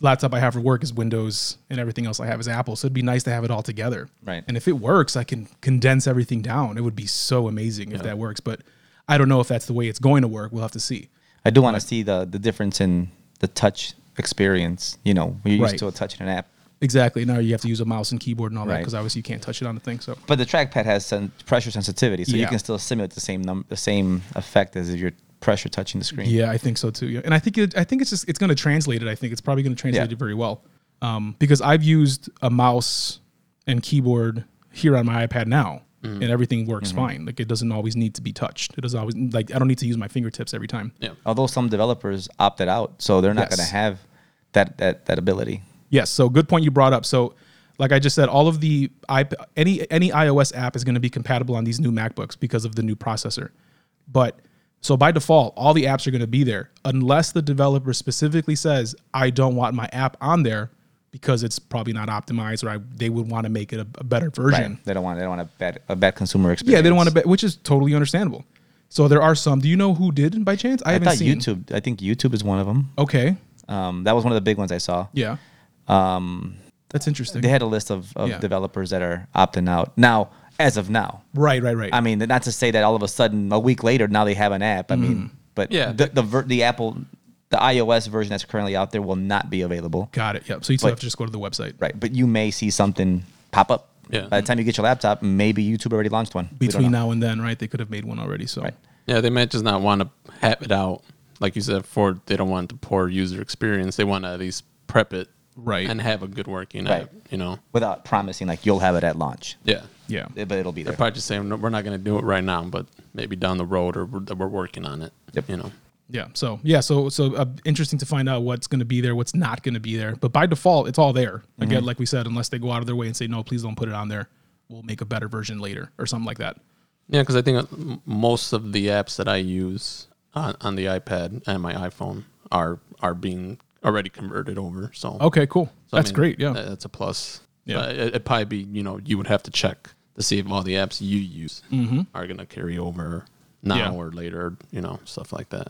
B: laptop I have for work is Windows and everything else I have is Apple so it'd be nice to have it all together
D: Right.
B: and if it works I can condense everything down it would be so amazing if that works but I don't know if that's the way it's going to work we'll have to see
D: I do want to see the the difference in the touch experience. You know, when you're
B: Right.
D: used to a touch in an app,
B: exactly now you have to use a mouse and keyboard and all that
D: Right.
B: because obviously you can't touch it on the thing so
D: but the trackpad has some pressure sensitivity, so you
B: Yeah.
D: can still simulate the same num- the same effect as if you're pressure touching the screen.
B: Yeah, I think so too. Yeah, and I think it, I think it's just it's going to translate it. I think it's probably going to translate
D: Yeah.
B: it very well um, because I've used a mouse and keyboard here on my iPad now, and everything works fine. Like it doesn't always need to be touched. It doesn't always like I don't need to use my fingertips every time.
C: Yeah.
D: Although some developers opted out, so they're not
B: Yes.
D: going to have that that that ability.
B: Yes. So good point you brought up. So like I just said, all of the iP- any any iOS app is going to be compatible on these new MacBooks because of the new processor. But so by default, all the apps are going to be there unless the developer specifically says I don't want my app on there because it's probably not optimized or I, they would want to make it a, a better version.
D: Right. They don't want they don't want a bad a bad consumer experience.
B: Yeah, they don't want to bet, which is totally understandable. So there are some. Do you know who did by chance? I,
D: I
B: haven't
D: thought
B: seen.
D: YouTube. I think YouTube is one of them.
B: Okay.
D: Um, that was one of the big ones I saw.
B: Yeah. Um, That's interesting.
D: They had a list of, of
B: Yeah.
D: developers that are opting out now, as of now.
B: right. Right. Right.
D: I mean, not to say that all of a sudden a week later now they have an app. I mean, but
C: Mm-hmm. Yeah.
D: the the, ver- the Apple, the iOS version that's currently out there will not be available.
B: Got it. Yep. So you still
D: But-
B: have to just go to the website.
D: Right, but you may see something pop up.
C: Yeah.
D: By the time you get your laptop, maybe YouTube already launched one. We don't
B: between
D: know.
B: now and then, right? They could have made one already. So
C: Yeah, they might just not want to have it out, like you said, for they don't want the poor user experience. They want to at least prep it
B: Right.
C: and have a good working
D: Right.
C: app, you know?
D: without promising like you'll have it at launch,
C: Yeah.
B: yeah,
D: Eh, but it'll be
C: They're
D: there.
C: probably just saying, no, we're not going to do it right now, but maybe down the road or we're, that we're working on it,
D: Yep.
C: you know?
B: Yeah. So yeah. So so uh, interesting to find out what's going to be there, what's not going to be there. But by default, it's all there.
C: Mm-hmm.
B: Again, like we said, unless they go out of their way and say no, please don't put it on there. We'll make a better version later or something like that.
C: Yeah, because I think uh, m- most of the apps that I use on, on the iPad and my iPhone are are being already converted over. So
B: Okay. Cool.
C: So, I
B: Oh, That's
C: mean,
B: great. Yeah.
C: that- that's a plus.
B: Yeah.
C: But it, would probably be you know you would have to check to see if all the apps you use are gonna carry over now
B: Mm-hmm. Yeah.
C: or later, you know, stuff like that.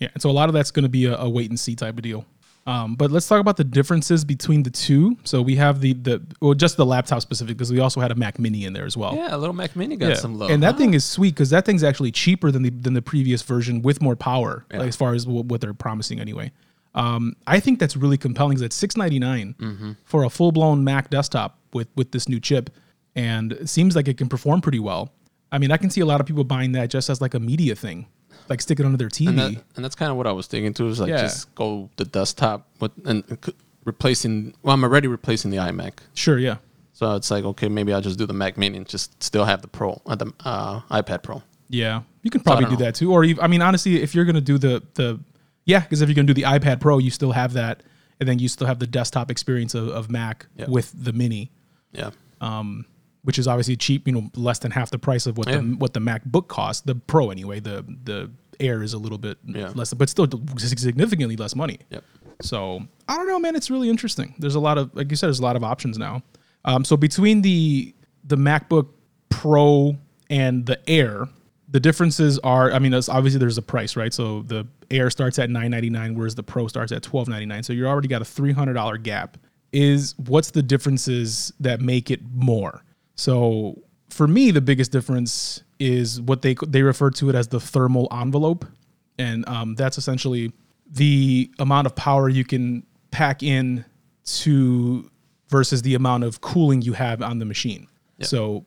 B: Yeah, and so a lot of that's going to be a, a wait and see type of deal. Um, but let's talk about the differences between the two. So we have the the well, just the laptop specific because we also had a Mac Mini in there as well.
C: Yeah, a little Mac Mini got
B: Yeah.
C: some Ah. love,
B: and that thing is sweet because that thing's actually cheaper than the than the previous version with more power, like, as far as w- what they're promising anyway. Um, I think that's really compelling. Is at six
C: Mm-hmm.
B: for a full blown Mac desktop with with this new chip, and it seems like it can perform pretty well. I mean, I can see a lot of people buying that just as like a media thing, like stick it under their TV.
C: and, that, and that's kind of what I was thinking too. Is like
B: Yeah.
C: just go the desktop with and c- replacing. Well, I'm already replacing the iMac,
B: sure, yeah.
C: so it's like okay, maybe I'll just do the Mac Mini and just still have the Pro, uh, the uh, iPad Pro.
B: Yeah, you can probably
C: don't
B: do
C: know.
B: that too. Or ev I mean, honestly, if you're gonna do the the yeah, because if you're gonna do the iPad Pro, you still have that, and then you still have the desktop experience of, of Mac
C: Yeah.
B: with the Mini,
C: Yeah,
B: which is obviously cheap. You know, less than half the price of what
C: Yeah.
B: the what the MacBook cost. The Pro anyway. The the Air is a little bit
C: Yeah.
B: less, but still significantly less money.
C: Yep.
B: So I don't know, man. It's really interesting. There's a lot of, like you said, there's a lot of options now. Um, so between the the MacBook Pro and the Air, the differences are. I mean, it's obviously there's a price, right? So the Air starts at 9.99, whereas the Pro starts at 12.99. So you already got a $300 gap. Is what's the differences that make it more? So for me, the biggest difference is what they they refer to it as the thermal envelope, and um, that's essentially the amount of power you can pack in to versus the amount of cooling you have on the machine. So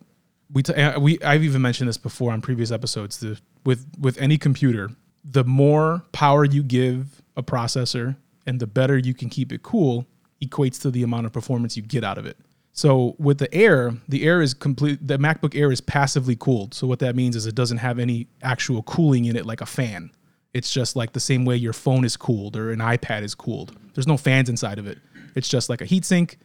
B: we t- uh, we I've even mentioned this before on previous episodes. The, with with any computer, the more power you give a processor and the better you can keep it cool equates to the amount of performance you get out of it. So with the Air, the Air is complete. The MacBook Air is passively cooled. So what that means is it doesn't have any actual cooling in it like a fan. It's just like the same way your phone is cooled or an iPad is cooled. There's no fans inside of it. It's just like a heatsink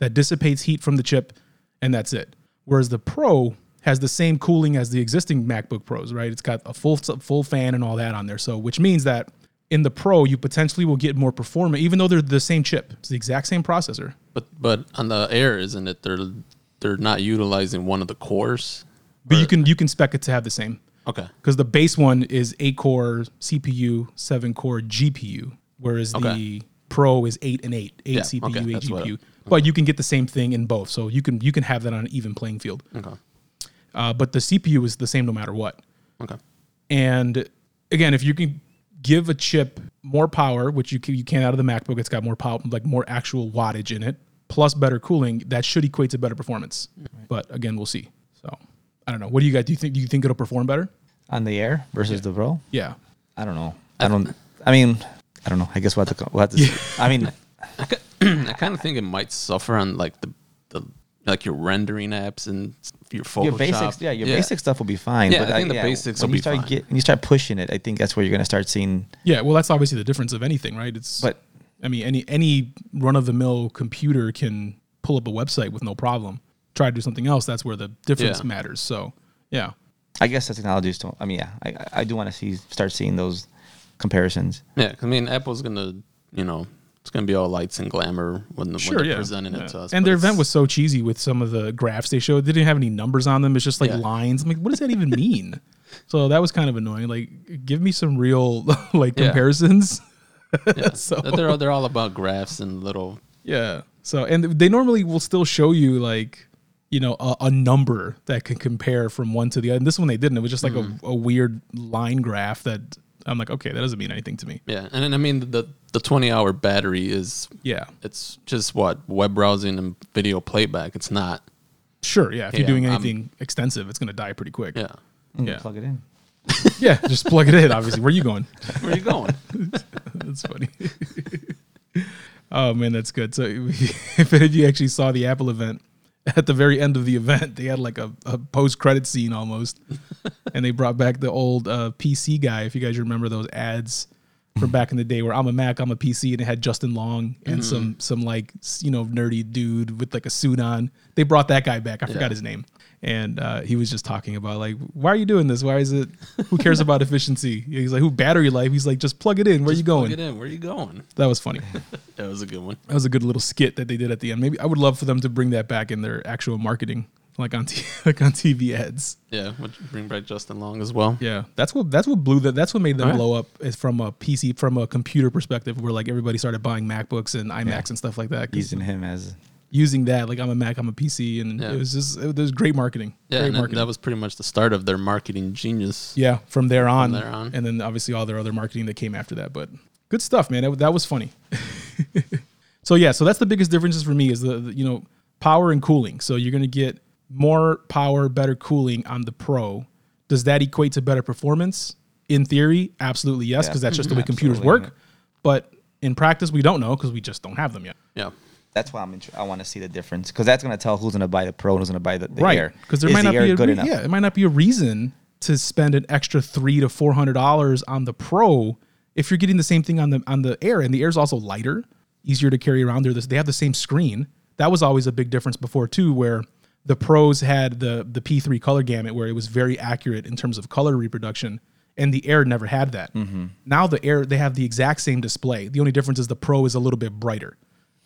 B: that dissipates heat from the chip, and that's it. Whereas the Pro has the same cooling as the existing MacBook Pros, right? It's got a full full fan and all that on there. So which means that in the Pro you potentially will get more performance, even though they're the same chip. It's the exact same processor.
C: but but on the Air, isn't it? They're they're not utilizing one of the cores.
B: But you can you can spec it to have the same.
C: Okay.
B: because the base one is eight core CPU, seven core GPU, whereas the
C: Okay.
B: Pro is eight and eight, eight
C: Yeah,
B: CPU,
C: okay,
B: eight
C: that's what I-
B: GPU. But you can get the same thing in both, so you can you can have that on an even playing field.
C: Okay.
B: Uh, but the CPU is the same no matter what.
C: Okay.
B: And again, if you can give a chip more power, which you can, you can out of the MacBook, it's got more power, like more actual wattage in it, plus better cooling, that should equate to better performance. But again, we'll see. So I don't know. What do you guys do? You think do you think it'll perform better?
D: on the air versus the pro.
B: Yeah.
D: I don't know. I don't. I mean, I don't know. I guess we'll have to. co- We'll have to see. I mean,
C: I kind of think it might suffer on like the, the like your rendering apps and your Photoshop.
D: your basics. Yeah, your basic stuff will be fine.
C: Yeah, I think the basics
D: when
C: will
D: you
C: be
D: start
C: fine.
D: Get, when you start pushing it, I think that's where you're gonna start seeing.
B: Yeah, well, that's obviously the difference of anything, right? It's
D: But-
B: I mean, any any run of the mill computer can pull up a website with no problem. Try to do something else. That's where the difference
C: Yeah.
B: matters. So, yeah,
D: I guess the technologies don't. I mean, yeah, I- I, I do want to see start seeing those comparisons.
C: Yeah, 'cause I mean, Apple's gonna, you know, it's gonna be all lights and glamour when, the,
B: sure,
C: when they're
B: yeah.
C: presenting
B: Yeah.
C: it to us.
B: and
C: but
B: their
C: it's-
B: event was so cheesy with some of the graphs they showed. They didn't have any numbers on them. It's just like
C: Yeah.
B: lines. I'm like, what does that even mean? so that was kind of annoying. Like, give me some real like
C: Yeah.
B: comparisons. so
C: that they're all- they're all about graphs and little.
B: Yeah. So, and they normally will still show you like, you know, a, a number that can compare from one to the other. And this one they didn't. It was just like
C: Mm.
B: a, a weird line graph that I'm like, okay, that doesn't mean anything to me.
C: Yeah, and then I mean the the twenty hour battery is
B: Yeah.
C: it's just what web browsing and video playback. It's not.
B: Sure. Yeah. If you're
C: Yeah,
B: doing
C: I'm-
B: anything extensive, it's going to die pretty quick.
C: Yeah,
B: Yeah.
D: Mm, Plug it in.
B: yeah. Just plug it in, obviously. Where are you going?
C: where are you going?
B: That's funny. oh man, that's good. So if any of you actually saw the Apple event, at the very end of the event, they had like a, a post credit scene almost, and they brought back the old uh, PC guy. If you guys remember those ads from back in the day where I'm a Mac, I'm a PC, and it had Justin Long
C: Mm-hmm.
B: and some some like s- you know nerdy dude with like a suit on. They brought that guy back. I forgot his name, and uh, he was just talking about like, why are you doing this? Why is it? Who cares about efficiency? He's like, who battery life? He's like, just plug it in. Where you
C: Plug it
B: going?
C: in. Where you going?
B: That was funny.
C: That was a good one.
B: That was a good little skit that they did at the end. Maybe I would love for them to bring that back in their actual marketing, like on t- like on TV ads.
C: Yeah, would you bring back Justin Long as well.
B: Yeah, that's what that's what blew that. That's what made them
C: Alright.
B: blow up is from a PC from a computer perspective, where like everybody started buying MacBooks and iMacs and stuff like that. 'cause
D: using him as
B: using that, like I'm a Mac, I'm a PC, and
C: Yeah.
B: it was just it was great marketing.
C: Yeah,
B: great
C: and that,
B: marketing.
C: that was pretty much the start of their marketing genius.
B: yeah, from there on,
C: there on.
B: and then obviously all their other marketing that came after that. But good stuff, man. That, that was funny. so yeah, so that's the biggest differences for me is the, the you know power and cooling. So you're gonna get more power, better cooling on the Pro. Does that equate to better performance? In theory, absolutely yes,
D: Yeah.
B: because that's just the way computers
D: Absolutely,
B: work. But in practice, we don't know because we just don't have them yet.
C: Yeah.
D: that's why I'm inter- I want to see the difference because that's gonna tell who's gonna buy the pro and who's gonna buy the, the
B: right
D: air.
B: because there
D: Is
B: might
D: the
B: not
D: air
B: be a
D: good
B: re-
D: enough.
B: yeah it might not be a reason to spend an extra three to four hundred dollars on the pro if you're getting the same thing on the on the air and the air is also lighter easier to carry around they're this, they have the same screen that was always a big difference before too where the pros had the the p3 color gamut where it was very accurate in terms of color reproduction and the air never had that
D: Mm-hmm.
B: now the air they have the exact same display the only difference is the pro is a little bit brighter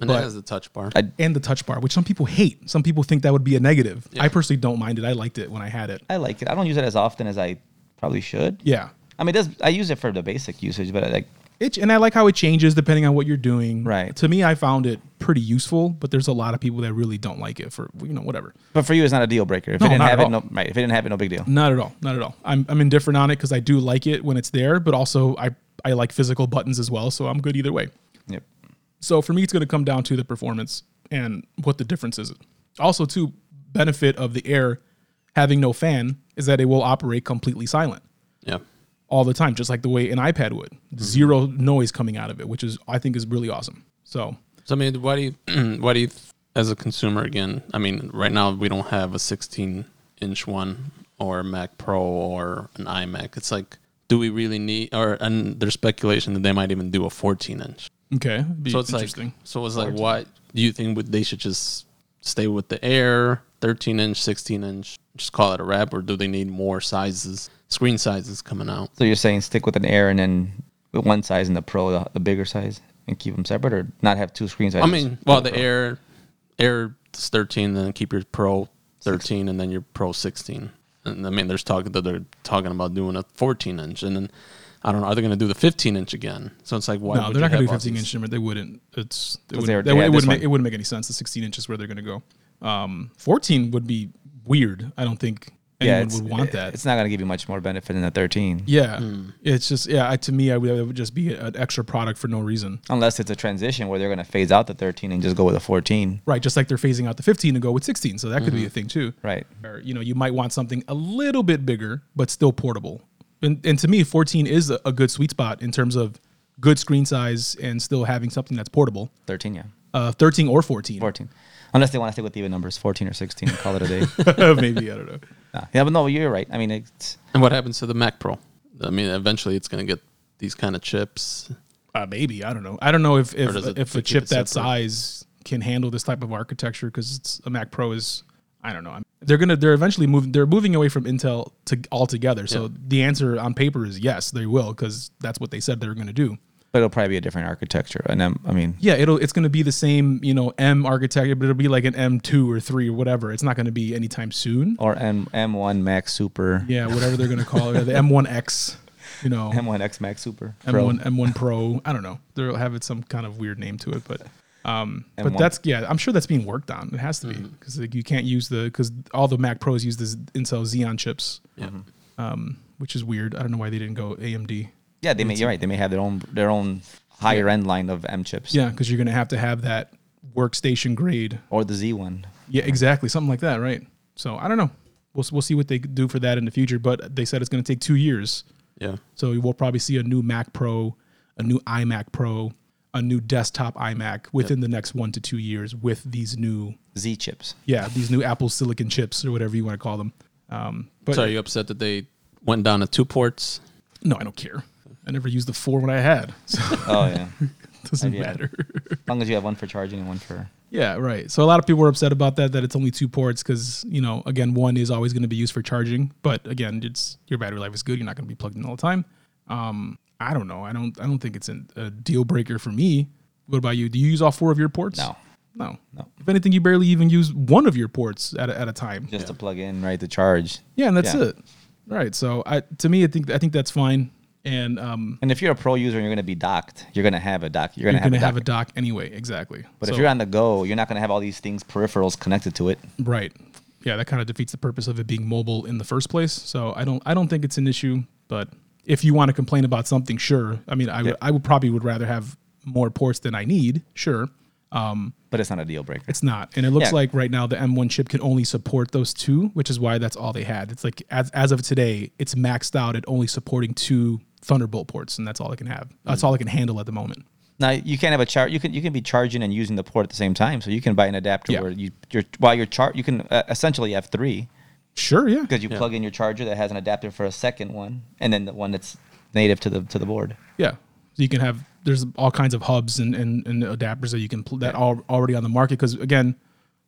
C: And
B: But-
C: that is the touch bar.
D: I-
B: and the touch bar, which some people hate. Some people think that would be a negative. I personally don't mind it. I liked it when I had it.
D: I like it. I don't use it as often as I probably should.
B: Yeah.
D: I mean, it does I use it for the basic usage, but I like
B: It, and I like how it changes depending on what you're doing.
D: Right.
B: To me, I found it pretty useful, but there's a lot of people that really don't like it for, you know, whatever.
D: but for you, it's not a deal breaker. If
B: No,
D: it didn't
B: not
D: have
B: at
D: it,
B: all. Mm.
D: no, right? If it didn't have it, no big deal.
B: Not at all. Not at all. I'm, I'm indifferent on it because I do like it when it's there, but also I, I like physical buttons as well. So I'm good either way.
D: Yep.
B: So for me, it's going to come down to the performance and what the difference is. Also, too, benefit of the air having no fan is that it will operate completely silent.
C: yeah.
B: all the time, just like the way an iPad would.
C: Mm-hmm.
B: Zero noise coming out of it, which is I think is really awesome. So
C: So I mean, why do you why do you as a consumer again? I mean, right now we don't have a 16 inch one or a Mac Pro or an iMac. It's like, do we really need? Or and there's speculation that they might even do a 14 inch.
B: okay, be
C: So it's like,
B: interesting.
C: so it's like, why do you think would they should just stay with the Air 13 inch, 16 inch? Just call it a wrap, or do they need more sizes, screen sizes coming out?
D: So you're saying stick with an air and then with one size and the pro, the, the bigger size, and keep them separate, or not have two screen
C: I
D: sizes?
C: mean, well, the Air Air is 13, then keep your Pro 13, and then your Pro 16. And I mean, there's talk that they're talking about doing a 14 inch, and then I don't know, are they going to do the 15 inch again? So it's like, why?
B: no,
C: would
B: they're
C: you
B: not going to
C: have
B: do
C: all
B: 15
C: these-
B: inch number. They wouldn't. It's it
D: they
B: wouldn't,
D: already
B: that would, it,
D: had this
B: wouldn't
D: one.
B: make, it wouldn't make any sense. The 16 inch is where they're going to go. Um, 14 would be weird. I don't think
D: yeah,
B: anyone
D: it's-
B: would want
D: it-
B: that.
D: It's not gonna give you much more benefit than the 13,
B: yeah,
C: Hmm.
B: it's just yeah. I, to me, I would, that would just be an extra product for no reason.
D: unless it's a transition where they're gonna phase out the 13 and just go with a 14.
B: Right, just like they're phasing out the 15 to go with 16, so that could
C: Mm-hmm.
B: be a thing too.
D: Right.
B: Or, you know, you might want something a little bit bigger, but still portable. And, and to me, 14 is a, a good sweet spot in terms of good screen size and still having something that's portable.
D: 13, yeah.
B: Uh, 13 or 14.
D: 14. Unless they want to stick with even numbers, 14 or 16, and call it a day.
B: Maybe, I don't know.
D: Nah. Yeah, but no, you're right. I mean, it's,
C: And what happens to the Mac Pro? I mean, eventually it's going to get these kind of chips.
B: Uh, maybe, I don't know. I don't know if, if,
C: does it-
B: if
C: they
B: a
C: keep
B: chip
C: it
B: that
C: separate?
B: size can handle this type of architecture because it's a Mac Pro is, I don't know. I'm- They're going to, they're eventually moving, they're moving away from Intel to altogether. So
C: Yeah.
B: the answer on paper is yes, they will because that's what they said they were going to do.
D: but it'll probably be a different architecture. And I'm, I mean,
B: yeah, it'll it's going to be the same, you know, M architecture, but it'll be like an M two or three or whatever. It's not going to be anytime soon.
D: or M, M1 Max Super,
B: Yeah, whatever they're going to call it, the M one X, you know, M
D: M1X Max Super, Pro,
B: one M one Pro. I don't know. They'll have it some kind of weird name to it, but um, but
D: M1.
B: that's yeah. I'm sure that's being worked on. It has to be because like, you can't use the because all the Mac Pros use this Intel Xeon chips,
C: Yeah.
B: um, which is weird. I don't know why they didn't go AMD.
D: Yeah, they may. You're right. They may have their own their own higher end line of M chips.
B: Yeah, because you're going to have to have that workstation grade
D: Or the Z one.
B: Yeah, exactly. Something like that, right? So I don't know. We'll, we'll see what they do for that in the future, but they said it's going to take two years.
C: Yeah.
B: So we'll probably see a new Mac Pro, a new iMac Pro, a new desktop iMac within the next one to two years with these new,
D: Z chips.
B: yeah, these new Apple silicon chips or whatever you want to call them. Um, but
C: So are you upset that they went down to two ports?
B: no, I don't care. I never used the four when I had, so
D: Oh yeah.
B: it doesn't
D: Yeah.
B: matter.
D: As long as you have one for charging and one for
B: Yeah, right. So a lot of people were upset about that that it's only two ports because you know again one is always going to be used for charging, but again it's your battery life is good. You're not going to be plugged in all the time. Um, I don't know. I don't. I don't think it's an, a deal breaker for me. What about you? Do you use all four of your ports?
D: No.
B: no,
D: No.
B: If anything, you barely even use one of your ports at a, at a time.
D: just to plug in, right? To charge.
B: Yeah, and that's
D: Yeah.
B: it. Right. So I to me, I think I think that's fine. And um,
D: And if you're a pro user and you're gonna be docked, you're gonna have a dock. You're
B: you're
D: gonna
B: going to
D: have
B: have
D: a
B: a
D: dock.
B: dock anyway. Exactly.
D: But
B: So-
D: if you're on the go, you're not gonna have all these things peripherals connected to it.
B: Right. Yeah, that kind of defeats the purpose of it being mobile in the first place. So I don't I don't think it's an issue, but if you want to complain about something, sure. I mean, I would I would probably would rather have more ports than I need, sure.
D: But it's not a deal breaker.
B: It's not. And it looks
D: Yeah.
B: like right now the M1 chip can only support those two, which is why that's all they had. It's like as as of today, it's maxed out at only supporting two Thunderbolt ports and that's all it can have. That's all it can handle at the moment.
D: Now you can't have a charge. You can you can be charging and using the port at the same time. So you can buy an adapter
B: Yeah.
D: where you you're, while you're char you can uh, essentially have three
B: Sure, yeah.
D: because you plug in your charger that has an adapter for a second one and then the one that's native to the to the board.
B: Yeah. So you can have there's all kinds of hubs and and, and adapters that you can pl- that are already on the market because again,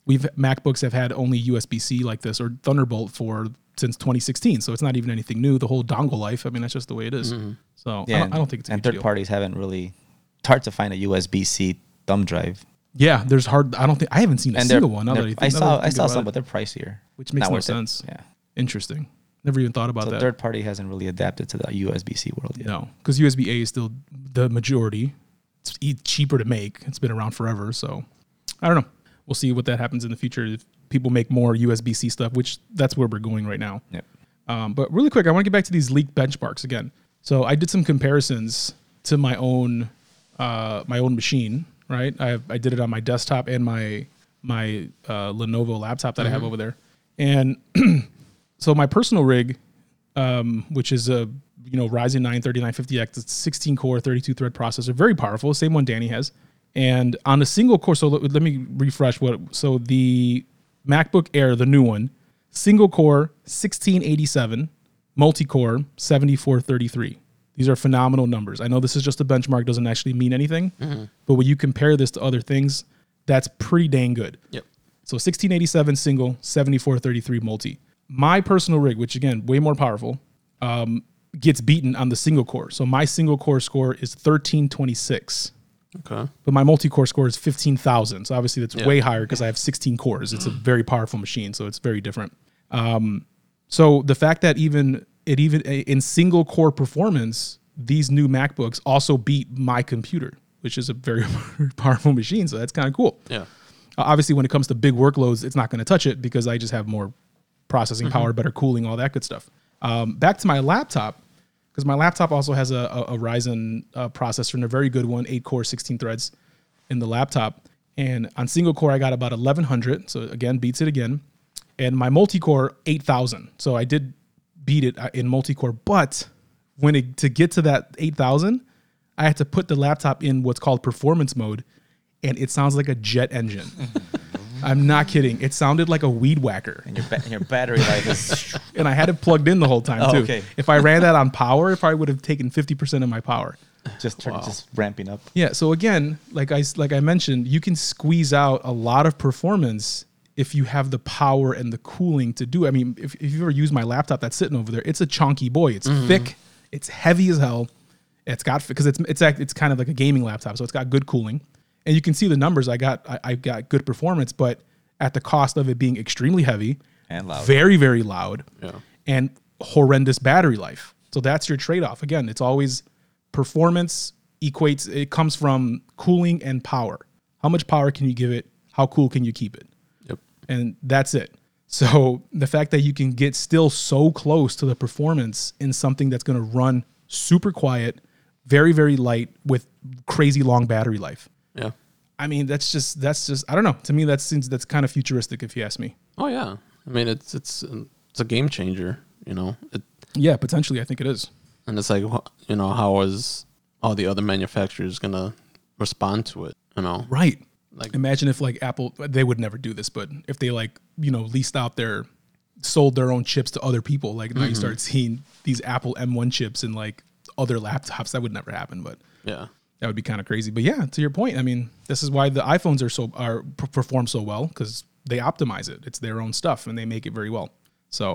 B: we've MacBooks have had only USB C like this or Thunderbolt for since 2016, so it's not even anything new. The whole dongle life, I mean, that's just the way it is. So I, don't, I don't think it's a
D: Mm-hmm. and
B: huge
D: third
B: deal.
D: parties haven't really it's hard to find a USB C thumb drive.
B: Yeah, there's hard. I don't think I haven't seen a
D: And they're,
B: single one. now
D: they're-
B: that
D: I
B: think- now that
D: saw I
B: think
D: saw
B: about
D: some,
B: it,
D: but they're pricier,
B: which makes
D: Not
B: no
D: worth it.
B: sense.
D: Yeah.
B: Interesting. Never even thought about
D: So
B: that.
D: third party hasn't really adapted to the USB C world yet.
B: No, because USB A is still the majority. It's e- cheaper to make. It's been around forever, so I don't know. We'll see what that happens in the future if people make more USB C stuff, which that's where we're going right now.
D: Yep.
B: Um, but really quick, I want to get back to these leaked benchmarks again. So I did some comparisons to my own uh, my own machine. Right, I, I did it on my desktop and my my uh, Lenovo laptop that I have over there, and so my personal rig, um, which is a you know Ryzen 9 3950X, it's 16 core, 32 thread processor, very powerful, same one Danny has. And on a single core, so let, let me refresh what. So the MacBook Air, the new one, single core 1687, multi core 7433. These are phenomenal numbers. I know this is just a benchmark, doesn't actually mean anything, but when you compare this to other things, that's pretty dang good.
C: Yep.
B: So 1687 single, 7433 multi. My personal rig, which again, way more powerful, um, gets beaten on the single core. So my single core score is 1326,
C: Okay.
B: but my multi core score is 15,000. So obviously that's
C: Yeah.
B: way higher because I have 16 cores. It's a very powerful machine, so it's very different. Um, so the fact that even it even eh, in single core performance, these new MacBooks also beat my computer, which is a very powerful machine. So that's kind of cool.
C: Yeah.
B: Uh, Obviously, when it comes to big workloads, it's not going to touch it because I just have more processing power, better cooling, all that good stuff. Um, back to my laptop, because my laptop also has a, a, a Ryzen uh, processor and a very good one, eight core, 16 threads in the laptop. And on single core, I got about 1100. So again, beats it again. And my multi core, 8000. So I did beat it uh, in multi core, but when it, to get to that 8000, I had to put the laptop in what's called performance mode, and it sounds like a jet engine. I'm not kidding. It sounded like a weed whacker,
D: And your ba- and your battery life is
B: and I had it plugged in the whole time
D: Oh,
B: too.
D: okay.
B: If I ran that on power, it probably would have taken 50% of my power.
D: just turn- just ramping up.
B: Yeah. So again, like I s- like I mentioned, you can squeeze out a lot of performance if you have the power and the cooling to do. it. I mean, if, if you ever use my laptop that's sitting over there, it's a chunky boy. It's
D: Mm-hmm.
B: thick. It's heavy as hell. It's got because it's it's act- it's kind of like a gaming laptop, so it's got good cooling, and you can see the numbers. I got I, I got good performance, but at the cost of it being extremely heavy
D: And loud.
B: very very loud,
C: Yeah.
B: and horrendous battery life. So that's your trade off. Again, it's always performance equates it comes from cooling and power. How much power can you give it? How cool can you keep it?
C: Yep.
B: and that's it. So the fact that you can get still so close to the performance in something that's going to run super quiet, very very light with crazy long battery life.
C: Yeah.
B: I mean, that's just that's just I don't know. To me, that seems that's kind of futuristic if you ask me.
C: Oh yeah. I mean, it's it's it's a game changer. You know, it,
B: Yeah, potentially, I think it is.
C: and it's like wha- you know how is all the other manufacturers gonna respond to it? You know,
B: Right.
C: Like-
B: imagine if like Apple, they would never do this, but if they like you know leased out their, Mm-hmm. sold their own chips to other people, like now you start seeing these Apple M1 chips in like other laptops. That would never happen, but
C: Yeah.
B: that would be kind of crazy. But yeah, to your point, I mean, this is why the iPhones are so are p- perform so well because they optimize it. It's their own stuff and they make it very well. So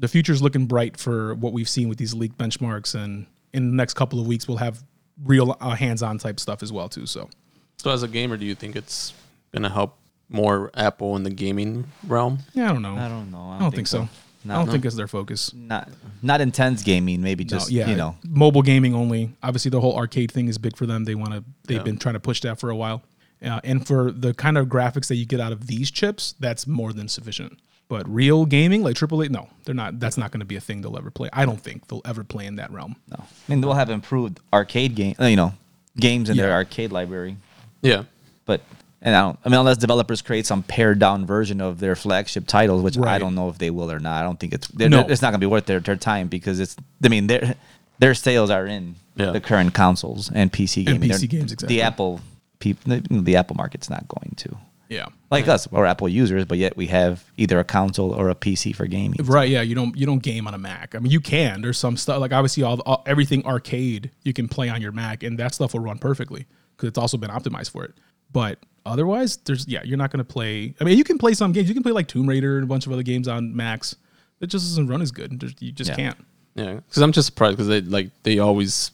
B: the future's looking bright for what we've seen with these leaked benchmarks, and in the next couple of weeks we'll have real uh, hands-on type stuff as well too. So
C: So as a gamer, do you think it's gonna help more Apple in the gaming realm?
B: yeah, I don't know.
D: I don't know. I don't,
B: I don't think so. I don't
D: Not,
B: think it's their focus.
D: not not intense gaming. Maybe
B: No,
D: just
B: yeah,
D: you know.
B: mobile gaming only. Obviously, the whole arcade thing is big for them. They want to. They've
C: Yeah.
B: been trying to push that for a while. Uh, and for the kind of graphics that you get out of these chips, that's more than sufficient. But real gaming, like AAA, no, they're not. That's not going to be a thing they'll ever play. I don't think they'll ever play in that realm.
D: No. I mean, they'll have improved arcade game. uh, You know, games in their
B: Yeah.
D: arcade library.
C: Yeah.
D: But and I don't. I mean, unless developers create some pared down version of their flagship titles, which I
B: Right.
D: don't know if they will or not. I don't think it's. They're,
B: No.
D: they're- it's not going to be worth their, their time because it's. I mean, their their sales are in
C: Yeah.
D: the current consoles and PC gaming.
B: PC
D: They're-
B: games, exactly.
D: The Apple people. The, the Apple market's not going to.
B: Yeah.
D: Like us, we're Apple users, but yet we have either a console or a PC for gaming.
B: Right. Yeah. You don't. You don't game on a Mac. I mean, you can. There's some stuff like obviously all, all everything arcade you can play on your Mac, and that stuff will run perfectly because it's also been optimized for it. But otherwise, there's yeah, you're not going to play. I mean, you can play some games. You can play like Tomb Raider and a bunch of other games on Macs. It just doesn't run as good. There's- you just
D: Yeah.
B: can't.
C: Yeah. Because I'm just surprised because they like they always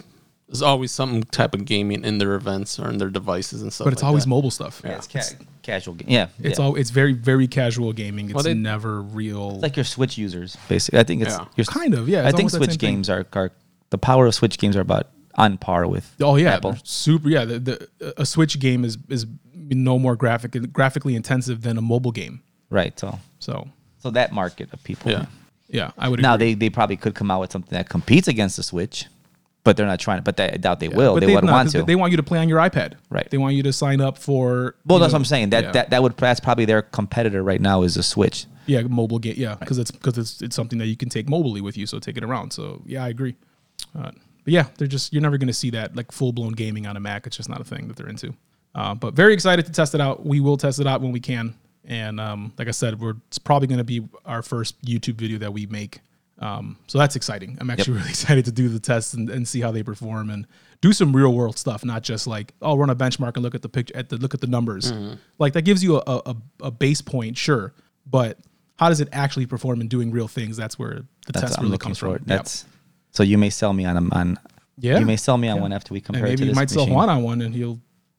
C: there's always some type of gaming in their events or in their devices and stuff.
B: But it's
C: like
B: always
C: that.
B: mobile stuff.
D: Yeah, it's
B: It's,
D: ca- casual game. Yeah,
B: it's
D: yeah.
B: all. It's very very casual gaming. It's
C: they-
B: never real.
D: like your Switch users, basically. I think it's
C: Yeah.
D: your,
B: Kind of, yeah,
D: I
B: it's
D: think
B: almost that
D: Switch
B: same thing.
D: games are, are the power of Switch games are about on par with.
B: Oh yeah,
D: Apple.
B: they're super. Yeah, the, the a Switch game is is no more graphic graphically intensive than a mobile game.
D: Right. So
B: So
D: so that market of people.
C: Yeah.
B: yeah, I would.
D: Now
B: agree.
D: they, they probably could come out with something that competes against the Switch, but they're not trying. But they, I doubt they will.
B: But
D: They would
B: no,
D: want
B: 'cause
D: to.
B: They want you to play on your iPad.
D: Right.
B: They want you to sign up for.
D: well,
B: you
D: that's
B: know,
D: what I'm saying. That,
B: yeah.
D: that that would that's probably their competitor right now is the Switch.
B: yeah mobile game yeah because it's because it's it's something that you can take mobilely with you so take it around. So yeah, I agree. Uh, but yeah, they're just you're never going to see that like full blown gaming on a Mac. It's just not a thing that they're into. Uh, but very excited to test it out. We will test it out when we can. And um, like I said, we're it's probably going to be our first YouTube video that we make. Um, so that's exciting. I'm actually really excited to do the tests and, and see how they perform and do some real world stuff, not just like oh run a benchmark and look at the picture at the look at the numbers.
D: Mm-hmm.
B: Like that gives you a, a a base point, sure, but how does it actually perform in doing real things? That's where the
D: That's
B: test
D: what I'm
B: really
D: looking
B: comes
D: for.
B: from. Yep.
D: That's so you may sell me on a on.
B: Yeah.
D: You may sell me on one after we
B: And
D: compare it
B: maybe
D: to
B: you
D: this
B: might sell
D: machine.
B: Juan on one and he'll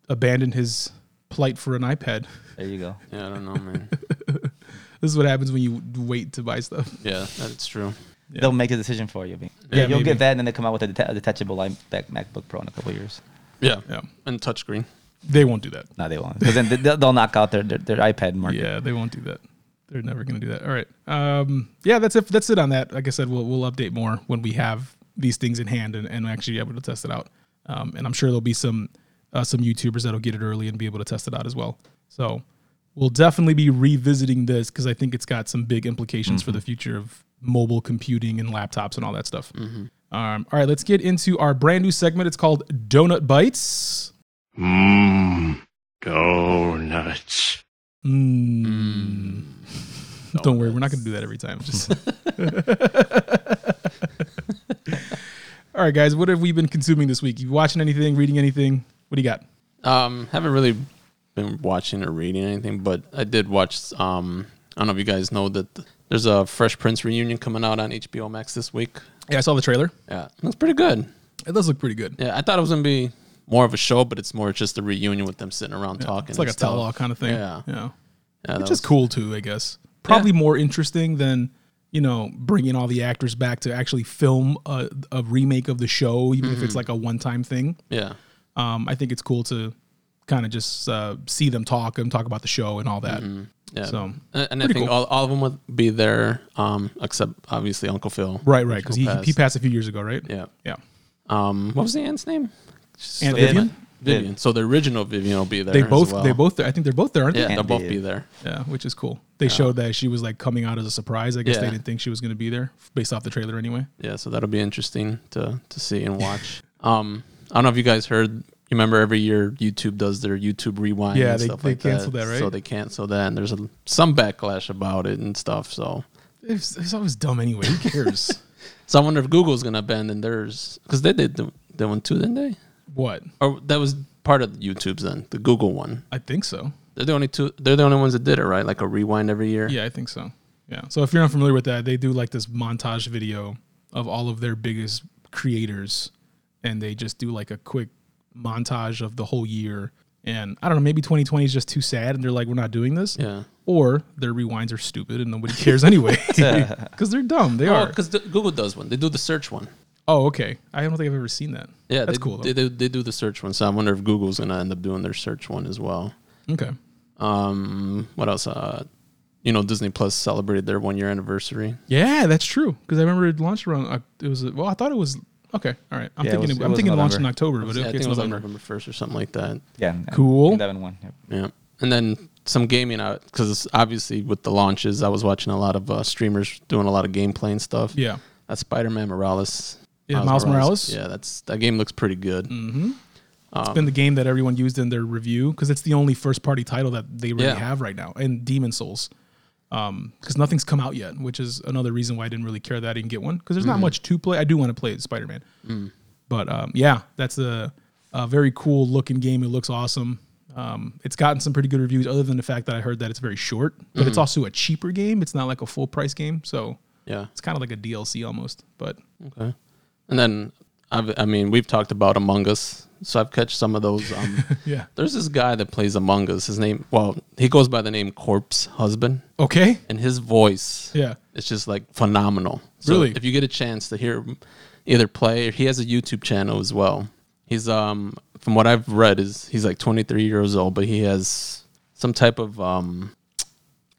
B: abandon his plight for an iPad.
D: There you go.
C: Yeah, I don't know, man.
B: This is what happens when you wait to buy stuff.
C: yeah, that's true.
D: They'll make a decision for you. Yeah,
B: Yeah,
D: you'll
B: maybe.
D: get that, and then they come out with a, deta- a detachable Mac- MacBook Pro in a couple years.
C: Yeah.
B: Yeah.
C: And touchscreen.
B: They won't do that.
D: No, they won't. Because then they- they'll, they'll knock out their, their, their iPad market.
B: Yeah, they won't do that. They're never going to do that. All right. Um, yeah, that's it. That's it on that. Like I said, we'll we'll update more when we have these things in hand and, and actually be able to test it out. Um, and I'm sure there'll be some uh, some YouTubers that'll get it early and be able to test it out as well. So we'll definitely be revisiting this because I think it's got some big implications
D: Mm-hmm.
B: for the future of mobile computing and laptops and all that stuff. Um, all right, let's get into our brand new segment. It's called Donut Bites.
E: Mmm, donuts.
B: Mm. Don't worry, we're not going to do that every time. Just- All right, guys, what have we been consuming this week? You watching anything, reading anything? What do you got?
C: Um, haven't really been watching or reading anything, but I did watch. Um, I don't know if you guys know that th- there's a Fresh Prince reunion coming out on HBO Max this week.
B: Yeah, I saw the trailer.
C: Yeah, that's pretty good.
B: It does look pretty good.
C: Yeah, I thought it was gonna be more of a show, but it's more just a reunion with them sitting around talking.
B: It's like
C: and
B: a
C: stuff.
B: tell-all kind of thing.
C: Yeah.
B: yeah.
C: Yeah, that
B: Which is
C: was-
B: cool too, I guess. Probably more interesting than you know bringing all the actors back to actually film a, a remake of the show, even if it's like a one-time thing.
C: Yeah,
B: Um, I think it's cool to kind of just uh, see them talk and talk about the show and all that.
C: yeah.
B: So,
C: and, and I
B: pretty
C: think
B: cool.
C: all, all of them would be there, um, except obviously Uncle Phil.
B: Right, right, because he,
C: Phil
B: he passed a few years ago, right?
C: Yeah.
B: yeah.
C: Um, what was the aunt's name?
B: And
C: Vivian.
B: Vivian?
C: Vivian. So the original Vivian will be there.
B: They
C: as
B: both,
C: well.
B: they both, I think they're both there, aren't
C: Yeah,
B: they?
C: they'll
D: And
C: both
D: the-
C: be there.
B: Yeah, which is cool. They showed that she was like coming out as a surprise. I guess they
C: Yeah.
B: didn't think she was going to be there, based off the trailer anyway.
C: Yeah, so that'll be interesting to to see and watch. um, I don't know if you guys heard. You remember every year YouTube does their YouTube rewind.
B: Yeah,
C: and
B: they-
C: stuff
B: they
C: like
B: canceled that, right?
C: So they canceled that, and there's a, some backlash about it and stuff. So
B: It's, it's always dumb anyway. Who cares?
C: So I wonder if Google's gonna abandon theirs because they did the, the one too, didn't they?
B: What?
C: Or that was part of YouTube's then the Google one.
B: I think so.
C: They're the only two. They're the only ones that did it right, like a rewind every year.
B: Yeah, I think so. Yeah. So if you're not familiar with that, they do like this montage video of all of their biggest creators and they just do like a quick montage of the whole year. And I don't know, maybe 2020 is just too sad and they're like, we're not doing this.
C: Yeah.
B: Or their rewinds are stupid and nobody cares anyway. Because they're dumb. They
C: Oh,
B: are.
C: because Google does one. They do the search one.
B: Oh, okay. I don't think I've ever seen that.
C: Yeah,
B: That's
C: they,
B: cool.
C: They,
B: Though.
C: they, they do the search one, so I wonder if Google's gonna end up doing their search one as well.
B: Okay.
C: Um, what else? Uh, you know, Disney Plus celebrated their one year anniversary.
B: Yeah, that's true. Because I remember it launched around, uh, it was, well, I thought it was, okay. All right. I'm
D: Yeah, it
B: thinking,
D: was-
B: it-
D: it
B: I'm
D: was
B: thinking it launched in
D: November.
B: October, but
C: Yeah, I
B: okay,
C: think
B: it's
C: it was on
B: November.
C: November first or something like that.
D: Yeah.
B: Cool.
D: Eleven one. Yep.
C: Yeah, and then some gaming out because obviously with the launches, I was watching a lot of uh, streamers doing a lot of gameplay and stuff.
B: Yeah.
C: that Spider Man Morales.
B: Yeah, Miles Morales. Mm.
C: Yeah, that's that game looks pretty good.
B: It's been the game that everyone used in their review because it's the only first party title that they really
C: Yeah.
B: have right now, and Demon Souls, because nothing's come out yet, which is another reason why I didn't really care that I didn't get one because there's not much to play. I do want to play Spider Man, but um, yeah, that's a, a very cool looking game. It looks awesome. Um, it's gotten some pretty good reviews, other than the fact that I heard that it's very short, but it's also a cheaper game. It's not like a full price game, so
C: Yeah,
B: it's kind of like a DLC almost. But
C: okay. And then I've, I mean, we've talked about Among Us, so I've catch some of those. Um,
B: yeah,
C: There's this guy that plays Among Us. His name, well, he goes by the name Corpse Husband,
B: okay,
C: and his voice,
B: yeah,
C: it's just like phenomenal. So
B: Really?
C: if you get a chance to hear him either play, or he has a YouTube channel as well. He's um, from what I've read, is he's like 23 years old, but he has some type of um,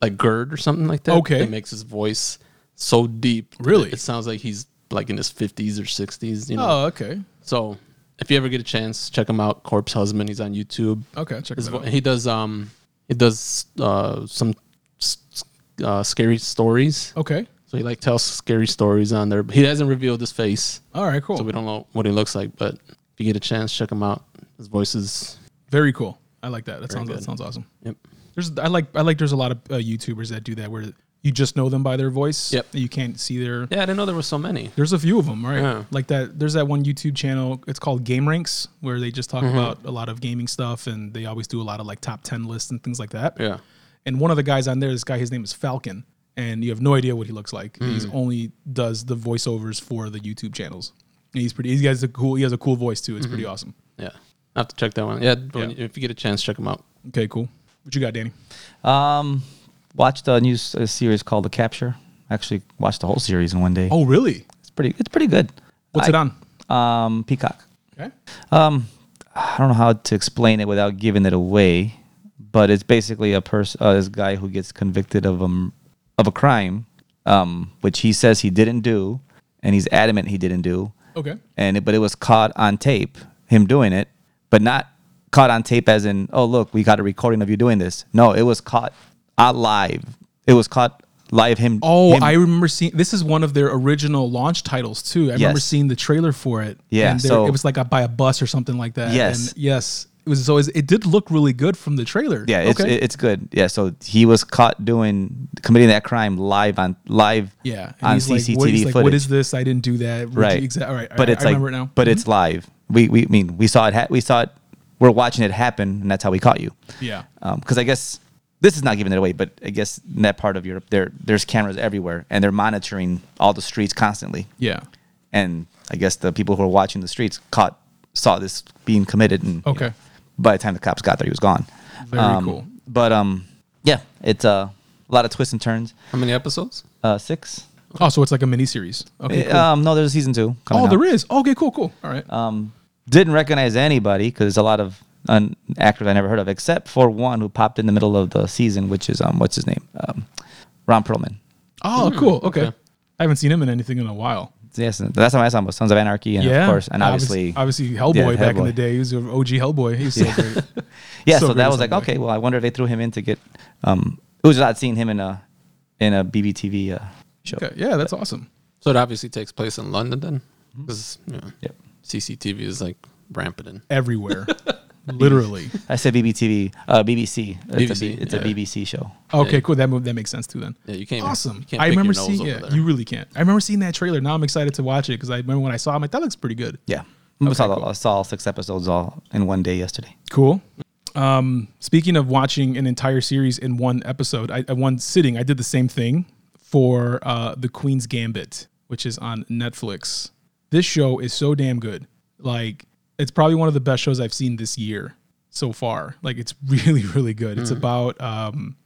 C: like GERD or something like that.
B: Okay.
C: that makes his voice so deep. that
B: Really?
C: it sounds like he's like in his 50s or 60s. You know,
B: oh okay,
C: so if you ever get a chance, check him out. Corpse Husband. He's on YouTube.
B: okay, check
C: His
B: that
C: vo-
B: out.
C: he does um he does uh some s- uh, scary stories.
B: Okay,
C: So he like tells scary stories on there. But he hasn't revealed his face,
B: all right, cool.
C: so we don't know what he looks like. But if you get a chance, check him out. His voice is
B: Very cool. I like that. That sounds that
C: good.
B: sounds awesome.
C: yep.
B: There's I like I like there's a lot of uh, YouTubers that do that where you just know them by their voice.
C: Yep.
B: You can't see their.
C: Yeah, I didn't know there were so many.
B: There's a few of them, right?
C: Yeah.
B: Like that. There's that one YouTube channel. It's called Game Ranks, where they just talk
C: Mm-hmm.
B: about a lot of gaming stuff, and they always do a lot of like top ten lists and things like that.
C: Yeah,
B: And one of the guys on there, this guy, his name is Falcon, and you have no idea what he looks like.
C: Mm.
B: He's only does the voiceovers for the YouTube channels, and he's pretty. He has a cool. He has a cool voice too. It's
C: Mm-hmm.
B: pretty awesome.
C: yeah. I have to check that one. Yeah, but if you get a chance, check him out.
B: Okay, cool. What you got, Danny?
D: Um, watched a new s- a series called The Capture. Actually, watched the whole series in one day.
B: Oh, really?
D: It's pretty. It's pretty good.
B: What's
D: I-
B: it on?
D: Um, Peacock.
B: Okay.
D: Um, I don't know how to explain it without giving it away, but it's basically a person, uh, this guy who gets convicted of um of a crime, um, which he says he didn't do, and he's adamant he didn't do,
B: Okay.
D: and it, but it was caught on tape him doing it, but not caught on tape as in oh look we got a recording of you doing this. No, it was caught uh, live. It was caught live him.
B: Oh,
D: him-
B: I remember seeing. This is one of their original launch titles too. I remember
D: Yes.
B: seeing the trailer for it.
D: Yeah,
B: and there-
D: so-
B: it was like a, by a bus or something like that.
D: Yes.
B: and yes. It was always. It did look really good from the trailer.
D: Yeah, it's
B: okay.
D: it- it's good. Yeah, so he was caught doing committing that crime live on live.
B: yeah. And
D: on
B: he's like,
D: CCTV
B: what, he's like,
D: footage.
B: what is this? I didn't do that.
D: right?
B: Exactly. All right.
D: but
B: I,
D: it's
B: I
D: like,
B: remember it now. Mm-hmm.
D: but it's live. We we I mean we saw it. Ha- we saw it. We're watching it happen, and that's how we caught you.
B: yeah.
D: Because Um, I guess this is not giving it away, but I guess in that part of Europe, there there's cameras everywhere, and they're monitoring all the streets constantly.
B: Yeah.
D: And I guess the people who were watching the streets caught saw this being committed, and you
B: Okay.
D: know, by the time the cops got there, he was gone.
B: Very
D: Um,
B: cool.
D: But um, yeah, it's uh, a lot of twists and turns.
C: How many episodes?
D: Uh, six.
B: Oh, so it's like a mini series. Okay.
D: Eh,
B: Cool.
D: Um, no, there's a season two. coming Uh,
B: oh,
D: out.
B: there is. Okay. Cool. Cool. All right.
D: Um, didn't recognize anybody because there's a lot of un- actors I never heard of, except for one who popped in the middle of the season, which is um, what's his name, um, Ron Perlman.
B: oh, cool. Okay.
C: okay.
B: I haven't seen him in anything in a while.
D: Yes, the last time I saw him was Sons of Anarchy, and
B: yeah.
D: of course, and obviously,
B: obviously, Hellboy
D: yeah,
B: back in
D: Hellboy.
B: the day. He was an OG Hellboy. He was so great.
D: yeah.
B: so
D: So,
B: good
D: that
B: at
D: was like,
B: something.
D: okay, well, I wonder if they threw him in to get. Um, it was odd seeing him in a in a BBTV uh, show.
B: Okay. Yeah. That's awesome.
C: So it obviously takes place in
B: Mm-hmm.
C: London then, because yeah,
D: Yep.
C: CCTV is like rampant. In.
B: everywhere. Literally.
D: I said BBTV, uh, BBC. It's, a,
C: BBC,
D: B- it's
C: yeah.
D: a BBC show.
B: Okay, cool. That move that makes sense too. Then
C: Yeah, you can't-
B: Awesome.
C: you can't
B: I
C: pick your
B: remember
C: nose
B: seeing.
C: over
B: Yeah,
C: there.
B: you really can't. I remember seeing that trailer. Now I'm excited to watch it because I remember when I saw. it, I'm like, that looks pretty good.
D: Yeah. I, saw, I saw all six episodes all in one day yesterday.
B: Cool. Um, speaking of watching an entire series in one episode, I, I one sitting, I did the same thing for uh, The Queen's Gambit, which is on Netflix. This show is so damn good. Like, it's probably one of the best shows I've seen this year so far. Like, it's really, really good. It's about um,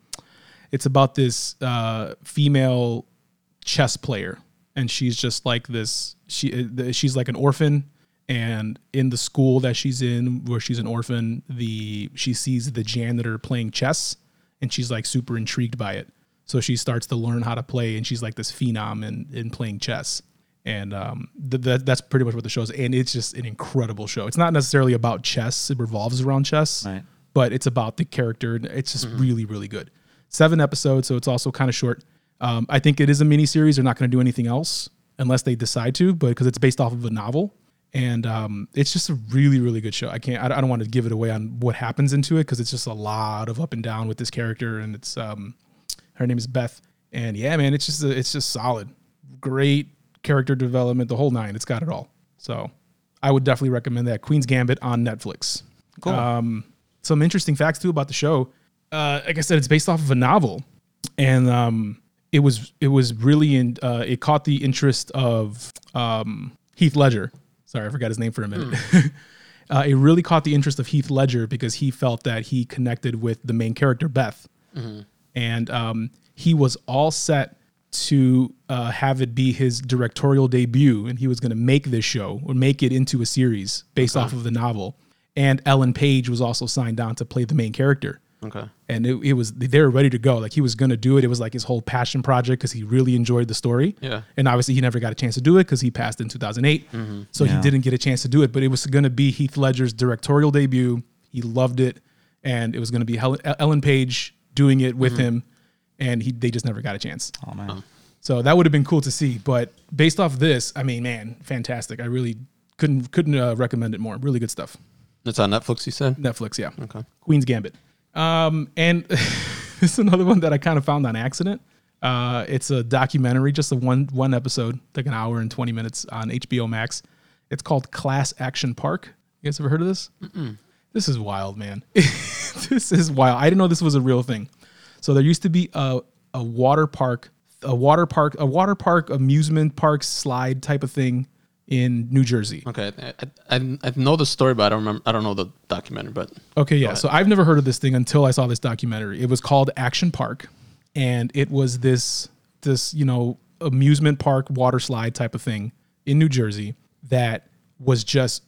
B: it's about this uh, female chess player and she's just like this she uh, she's like an orphan and in the school that she's in where she's an orphan the she sees the janitor playing chess and she's like super intrigued by it so she starts to learn how to play and she's like this phenom in in playing chess and um th- that that's pretty much what the show is and it's just an incredible show it's not necessarily about chess it revolves around chess
D: Right.
B: but it's about the character. and It's just really, really good. Seven episodes, so it's also kind of short. Um, I think it is a mini series. They're not going to do anything else unless they decide to, but because it's based off of a novel, and um, it's just a really, really good show. I can't. I, I don't want to give it away on what happens into it because it's just a lot of up and down with this character, and it's um, her name is Beth, and yeah, man, it's just a, it's just solid, great character development, the whole nine. It's got it all. So, I would definitely recommend that Queen's Gambit on Netflix
D: Cool.
B: some interesting facts too about the show. Uh, like I said, it's based off of a novel, and um, it was it was really in uh, it caught the interest of um, Heath Ledger. Sorry, I forgot his name for a minute. uh, it really caught the interest of Heath Ledger because he felt that he connected with the main character Beth, and um, he was all set to uh, have it be his directorial debut, and he was going to make this show or make it into a series based off of the novel. And Ellen Page was also signed on to play the main character
C: Okay.
B: and it, it was they were ready to go like he was gonna do it it was like his whole passion project because he really enjoyed the story
C: Yeah.
B: and obviously he never got a chance to do it because he passed in 2008 so he didn't get a chance to do it but it was gonna be heath ledger's directorial debut he loved it and it was gonna be helen, E-, ellen page doing it with him and he, they just never got a chance
D: oh, man.
B: so that would have been cool to see but based off this i mean man fantastic i really couldn't couldn't uh, recommend it more really good stuff
C: It's on Netflix, you said?
B: Netflix, yeah.
C: Okay.
B: Queen's Gambit. Um, and this is another one that I kind of found on accident. Uh, it's a documentary, just a one one episode, like an hour and twenty minutes on HBO Max. It's called Class Action Park. You guys ever heard of this? This is wild, man. this is wild. I didn't know this was a real thing. So there used to be a a water park, a water park, a water park amusement park slide type of thing in New Jersey.
C: Okay. I, I, I know the story, but I don't remember. I don't know the documentary, but
B: Okay, yeah. So I've never heard of this thing until I saw this documentary. It was called Action Park, and it was this this you know amusement park water slide type of thing in New Jersey that was just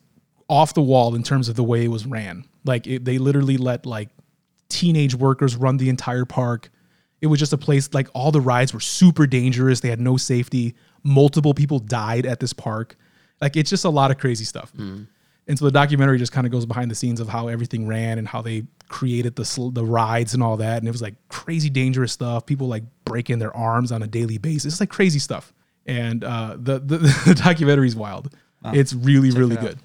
B: off the wall in terms of the way it was ran. Like it, they literally let like teenage workers run the entire park. It was just a place like all the rides were super dangerous. They had no safety. Multiple people died at this park. Like it's just a lot of crazy stuff. And so the documentary just kind of goes behind the scenes of how everything ran and how they created the sl- the rides and all that. And it was like crazy dangerous stuff. People like breaking their arms on a daily basis. It's like crazy stuff. And uh, the the, the documentary is wild. It's really really good.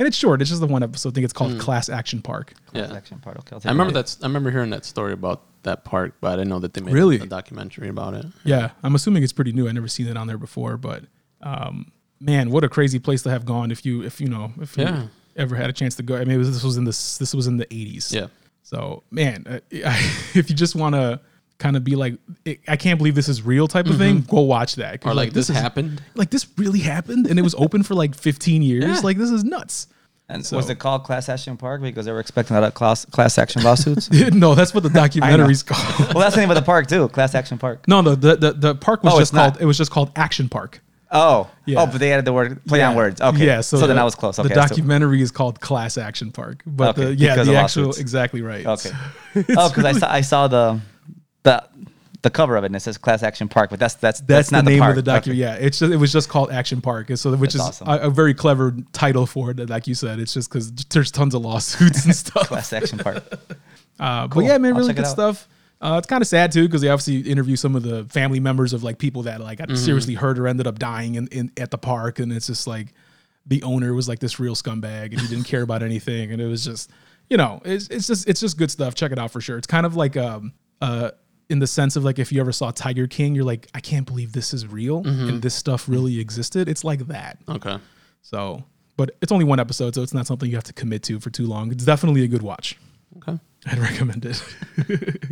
B: And it's short. It's just the one episode. I think it's called Class Action Park.
C: yeah.
D: Section part. Okay, I'll take
C: I remember
D: it.
C: that. I remember hearing that story about that park, but I didn't know that they made
B: Really?
C: a documentary about it.
B: Yeah, I'm assuming it's pretty new. I never seen it on there before, but um, man, what a crazy place to have gone if you if you know if you
C: Yeah.
B: ever had a chance to go. I mean, it was, this was in this this was in the 80s.
C: Yeah.
B: So man, uh, if you just want to kind of be like, I I can't believe this is real type of thing, go watch that. 'Cause
C: Mm-hmm. Or
B: you're
C: like this,
B: is-
C: happened.
B: Like this really happened, and it was open for like 15 years.
C: Yeah.
B: Like this is nuts.
D: And
B: So-
D: was it called Class Action Park because they were expecting a lot of class, class action lawsuits?
B: no, that's what the documentary's called.
D: well, that's the name of the park, too. Class Action Park.
B: No, no, the the, the park was
D: Oh,
B: just
D: it's not.
B: called. It was just called Action Park.
D: Oh.
B: Yeah.
D: Oh, but they added the word, play on words. Okay.
B: Yeah. So,
D: then
B: the-
D: I was close. Okay.
B: the
D: I still-
B: documentary is called Class Action Park, but
D: Okay,
B: the, yeah,
D: because
B: the
D: of
B: actual
D: lawsuits.
B: exactly right.
D: Okay. oh, because I saw I saw the the the cover of it and it says Class Action Park, but that's that's
B: That's,
D: not
B: the name of the
D: park.
B: documentary. Yeah, it's just, it was just called Action Park, and so which
D: That's
B: is
D: awesome.
B: a, a very clever title for it. Like you said, it's just because there's tons of lawsuits and stuff.
D: Class Action Park.
B: Uh, But yeah, man,
D: I'll
B: really
D: check it
B: good
D: out.
B: stuff. Uh, it's kind of sad too because they obviously interview some of the family members of like people that like got
D: Mm-hmm.
B: seriously hurt or ended up dying in, in at the park, and it's just like the owner was like this real scumbag and he didn't care about anything, and it was just you know, it's it's just it's just good stuff. Check it out for sure. It's kind of like um uh in the sense of like if you ever saw Tiger King, you're like, I can't believe this is real
D: Mm-hmm.
B: and this stuff really existed. It's like that.
C: Okay.
B: So, but it's only one episode, so it's not something you have to commit to for too long. It's definitely a good watch.
C: Okay.
B: I'd recommend it.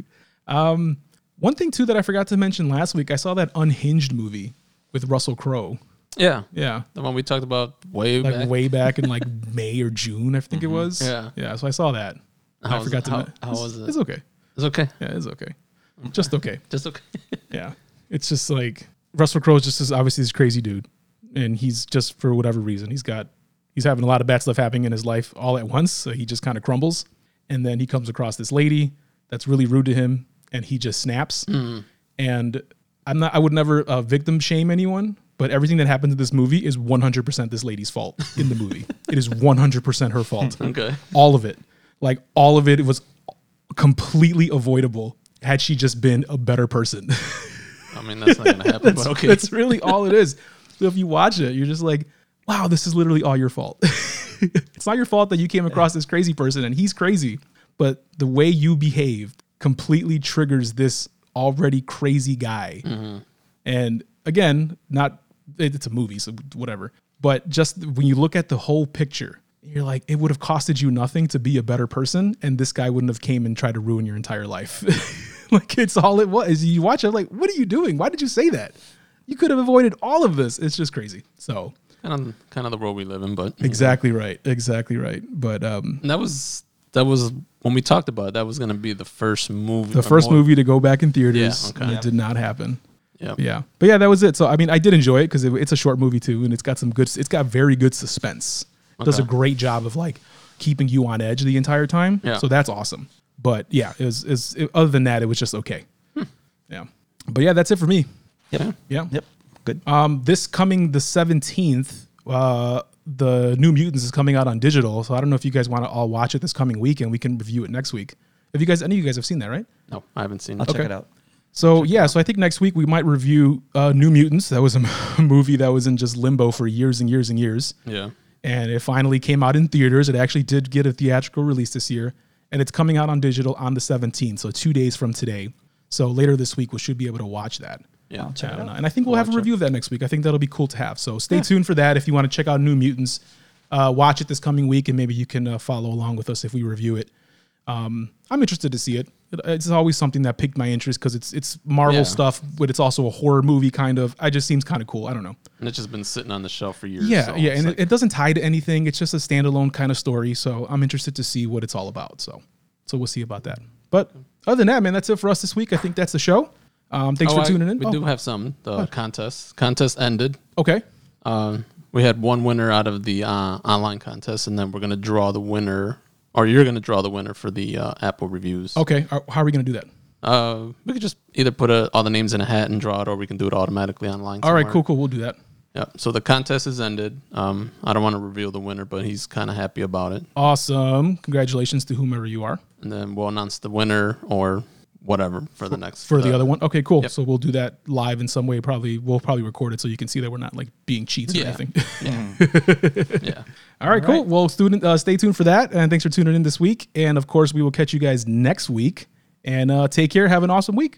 B: um, one thing too that I forgot to mention last week, I saw that Unhinged movie with Russell Crowe.
C: Yeah.
B: Yeah,
C: The one we talked about way
B: like
C: back. Mm-hmm.
B: way back in like May or June, I think it was.
C: Yeah.
B: yeah. So I saw that.
C: How
B: I
C: was-
B: forgot to.
C: how-
B: men-
C: how
B: it's-
C: was it?
B: It's okay.
C: It's okay.
B: Yeah, it's okay. Just okay.
C: Just okay.
B: Yeah. It's just like Russell Crowe is just this, obviously this crazy dude. And he's just for whatever reason, he's got he's having a lot of bad stuff happening in his life all at once. So he just kind of crumbles. And then he comes across this lady that's really rude to him and he just snaps. And I'm not I would never uh, victim shame anyone, but everything that happens in this movie is 100% this lady's fault in the movie. it is 100% her fault
C: okay.
B: all of it like all of it was completely avoidable had she just been a better person
C: I mean, that's not gonna happen. but okay.
B: that's really all it is so if you watch it you're just like wow this is literally all your fault it's not your fault that you came across this crazy person and he's crazy but the way you behaved completely triggers this already crazy guy and again, not it- it's a movie, so whatever. But just when you look at the whole picture, you're like, it would have costed you nothing to be a better person, and this guy wouldn't have came and tried to ruin your entire life. like it's all it was. You watch it, like, what are you doing? Why did you say that? You could have avoided all of this. It's just crazy. So
C: kind of kind of the world we live in, but
B: exactly right, exactly right. But um,
C: that was that was when we talked about it, that was gonna be the first movie.
B: the first movie to go back in theaters,
C: okay.
B: and it did not happen.
C: Yeah.
B: Yeah, but yeah, that was it. So I mean, I did enjoy it because it, it's a short movie too, and it's got some good. It's got very good suspense. It Does a
C: Okay.
B: great job of like keeping you on edge the entire time.
C: Yeah.
B: So that's awesome. But yeah, it was. Is it, other than that, it was just okay.
C: Hmm.
B: Yeah. But yeah, that's it for me.
C: Yeah.
B: Yeah.
D: Yep. Good.
B: Um, this coming the seventeenth, uh, the New Mutants is coming out on digital. So I don't know if you guys want to all watch it this coming week, and we can review it next week. Have you guys? Any of you guys have seen that, right?
C: No, I haven't seen
D: I'll
C: it.
D: check it out.
B: So yeah, so I think next week we might review uh, New Mutants. That was a movie that was in just limbo for years and years and years,
C: Yeah.
B: and it finally came out in theaters. It actually did get a theatrical release this year, and it's coming out on digital on the 17th, so two days from today. So later this week we should be able to watch that.
C: Yeah.
B: I don't know. And I think we'll have a review of that next week. I think that'll be cool to have. So stay tuned for that if you want to check out New Mutants. Uh, watch it this coming week, and maybe you can uh, follow along with us if we review it. Um, I'm interested to see it. It- It's always something that piqued my interest because it's it's Marvel
C: Yeah.
B: stuff, but it's also a horror movie kind of. I just seems kind of cool. I don't know.
C: And it's just been sitting on the shelf for years.
B: Yeah,
C: so
B: yeah,
C: it's
B: and
C: like-
B: it, it doesn't tie to anything. It's just a standalone kind of story. So I'm interested to see what it's all about. So, so we'll see about that. But other than that, man, that's it for us this week. I think that's the show. Um, thanks
C: Oh,
B: for
C: I-
B: tuning in.
C: We
B: Oh,
C: do have some. The contest contest ended.
B: okay.
C: Um, we had one winner out of the uh, online contest, and then we're gonna draw the winner, or you're gonna draw the winner for the uh, Apple reviews.
B: Okay. Are- How are we gonna do that?
C: Uh, we could just either put uh all the names in a hat and draw it, or we can do it automatically
B: All
C: online.
B: right,
C: somewhere.
B: cool, cool. We'll do that.
C: Yep. So the contest is ended. Um, I don't want to reveal the winner, but he's kind of happy about it.
B: Awesome. Congratulations to whomever you are
C: And then we'll announce the winner or whatever for the next
B: for the
C: uh,
B: other one. Okay, cool.
C: Yep.
B: So we'll do that live in some way. Probably we'll probably record it so you can see that we're not like being cheats or
C: Yeah.
B: anything.
C: Yeah.
B: All right, cool. Well, student, uh, stay tuned for that, and thanks for tuning in this week. And of course, we will catch you guys next week. And uh, take care. Have an awesome week.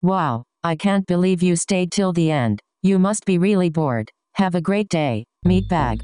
A: Wow, I can't believe you stayed till the end. You must be really bored. Have a great day, meatbag.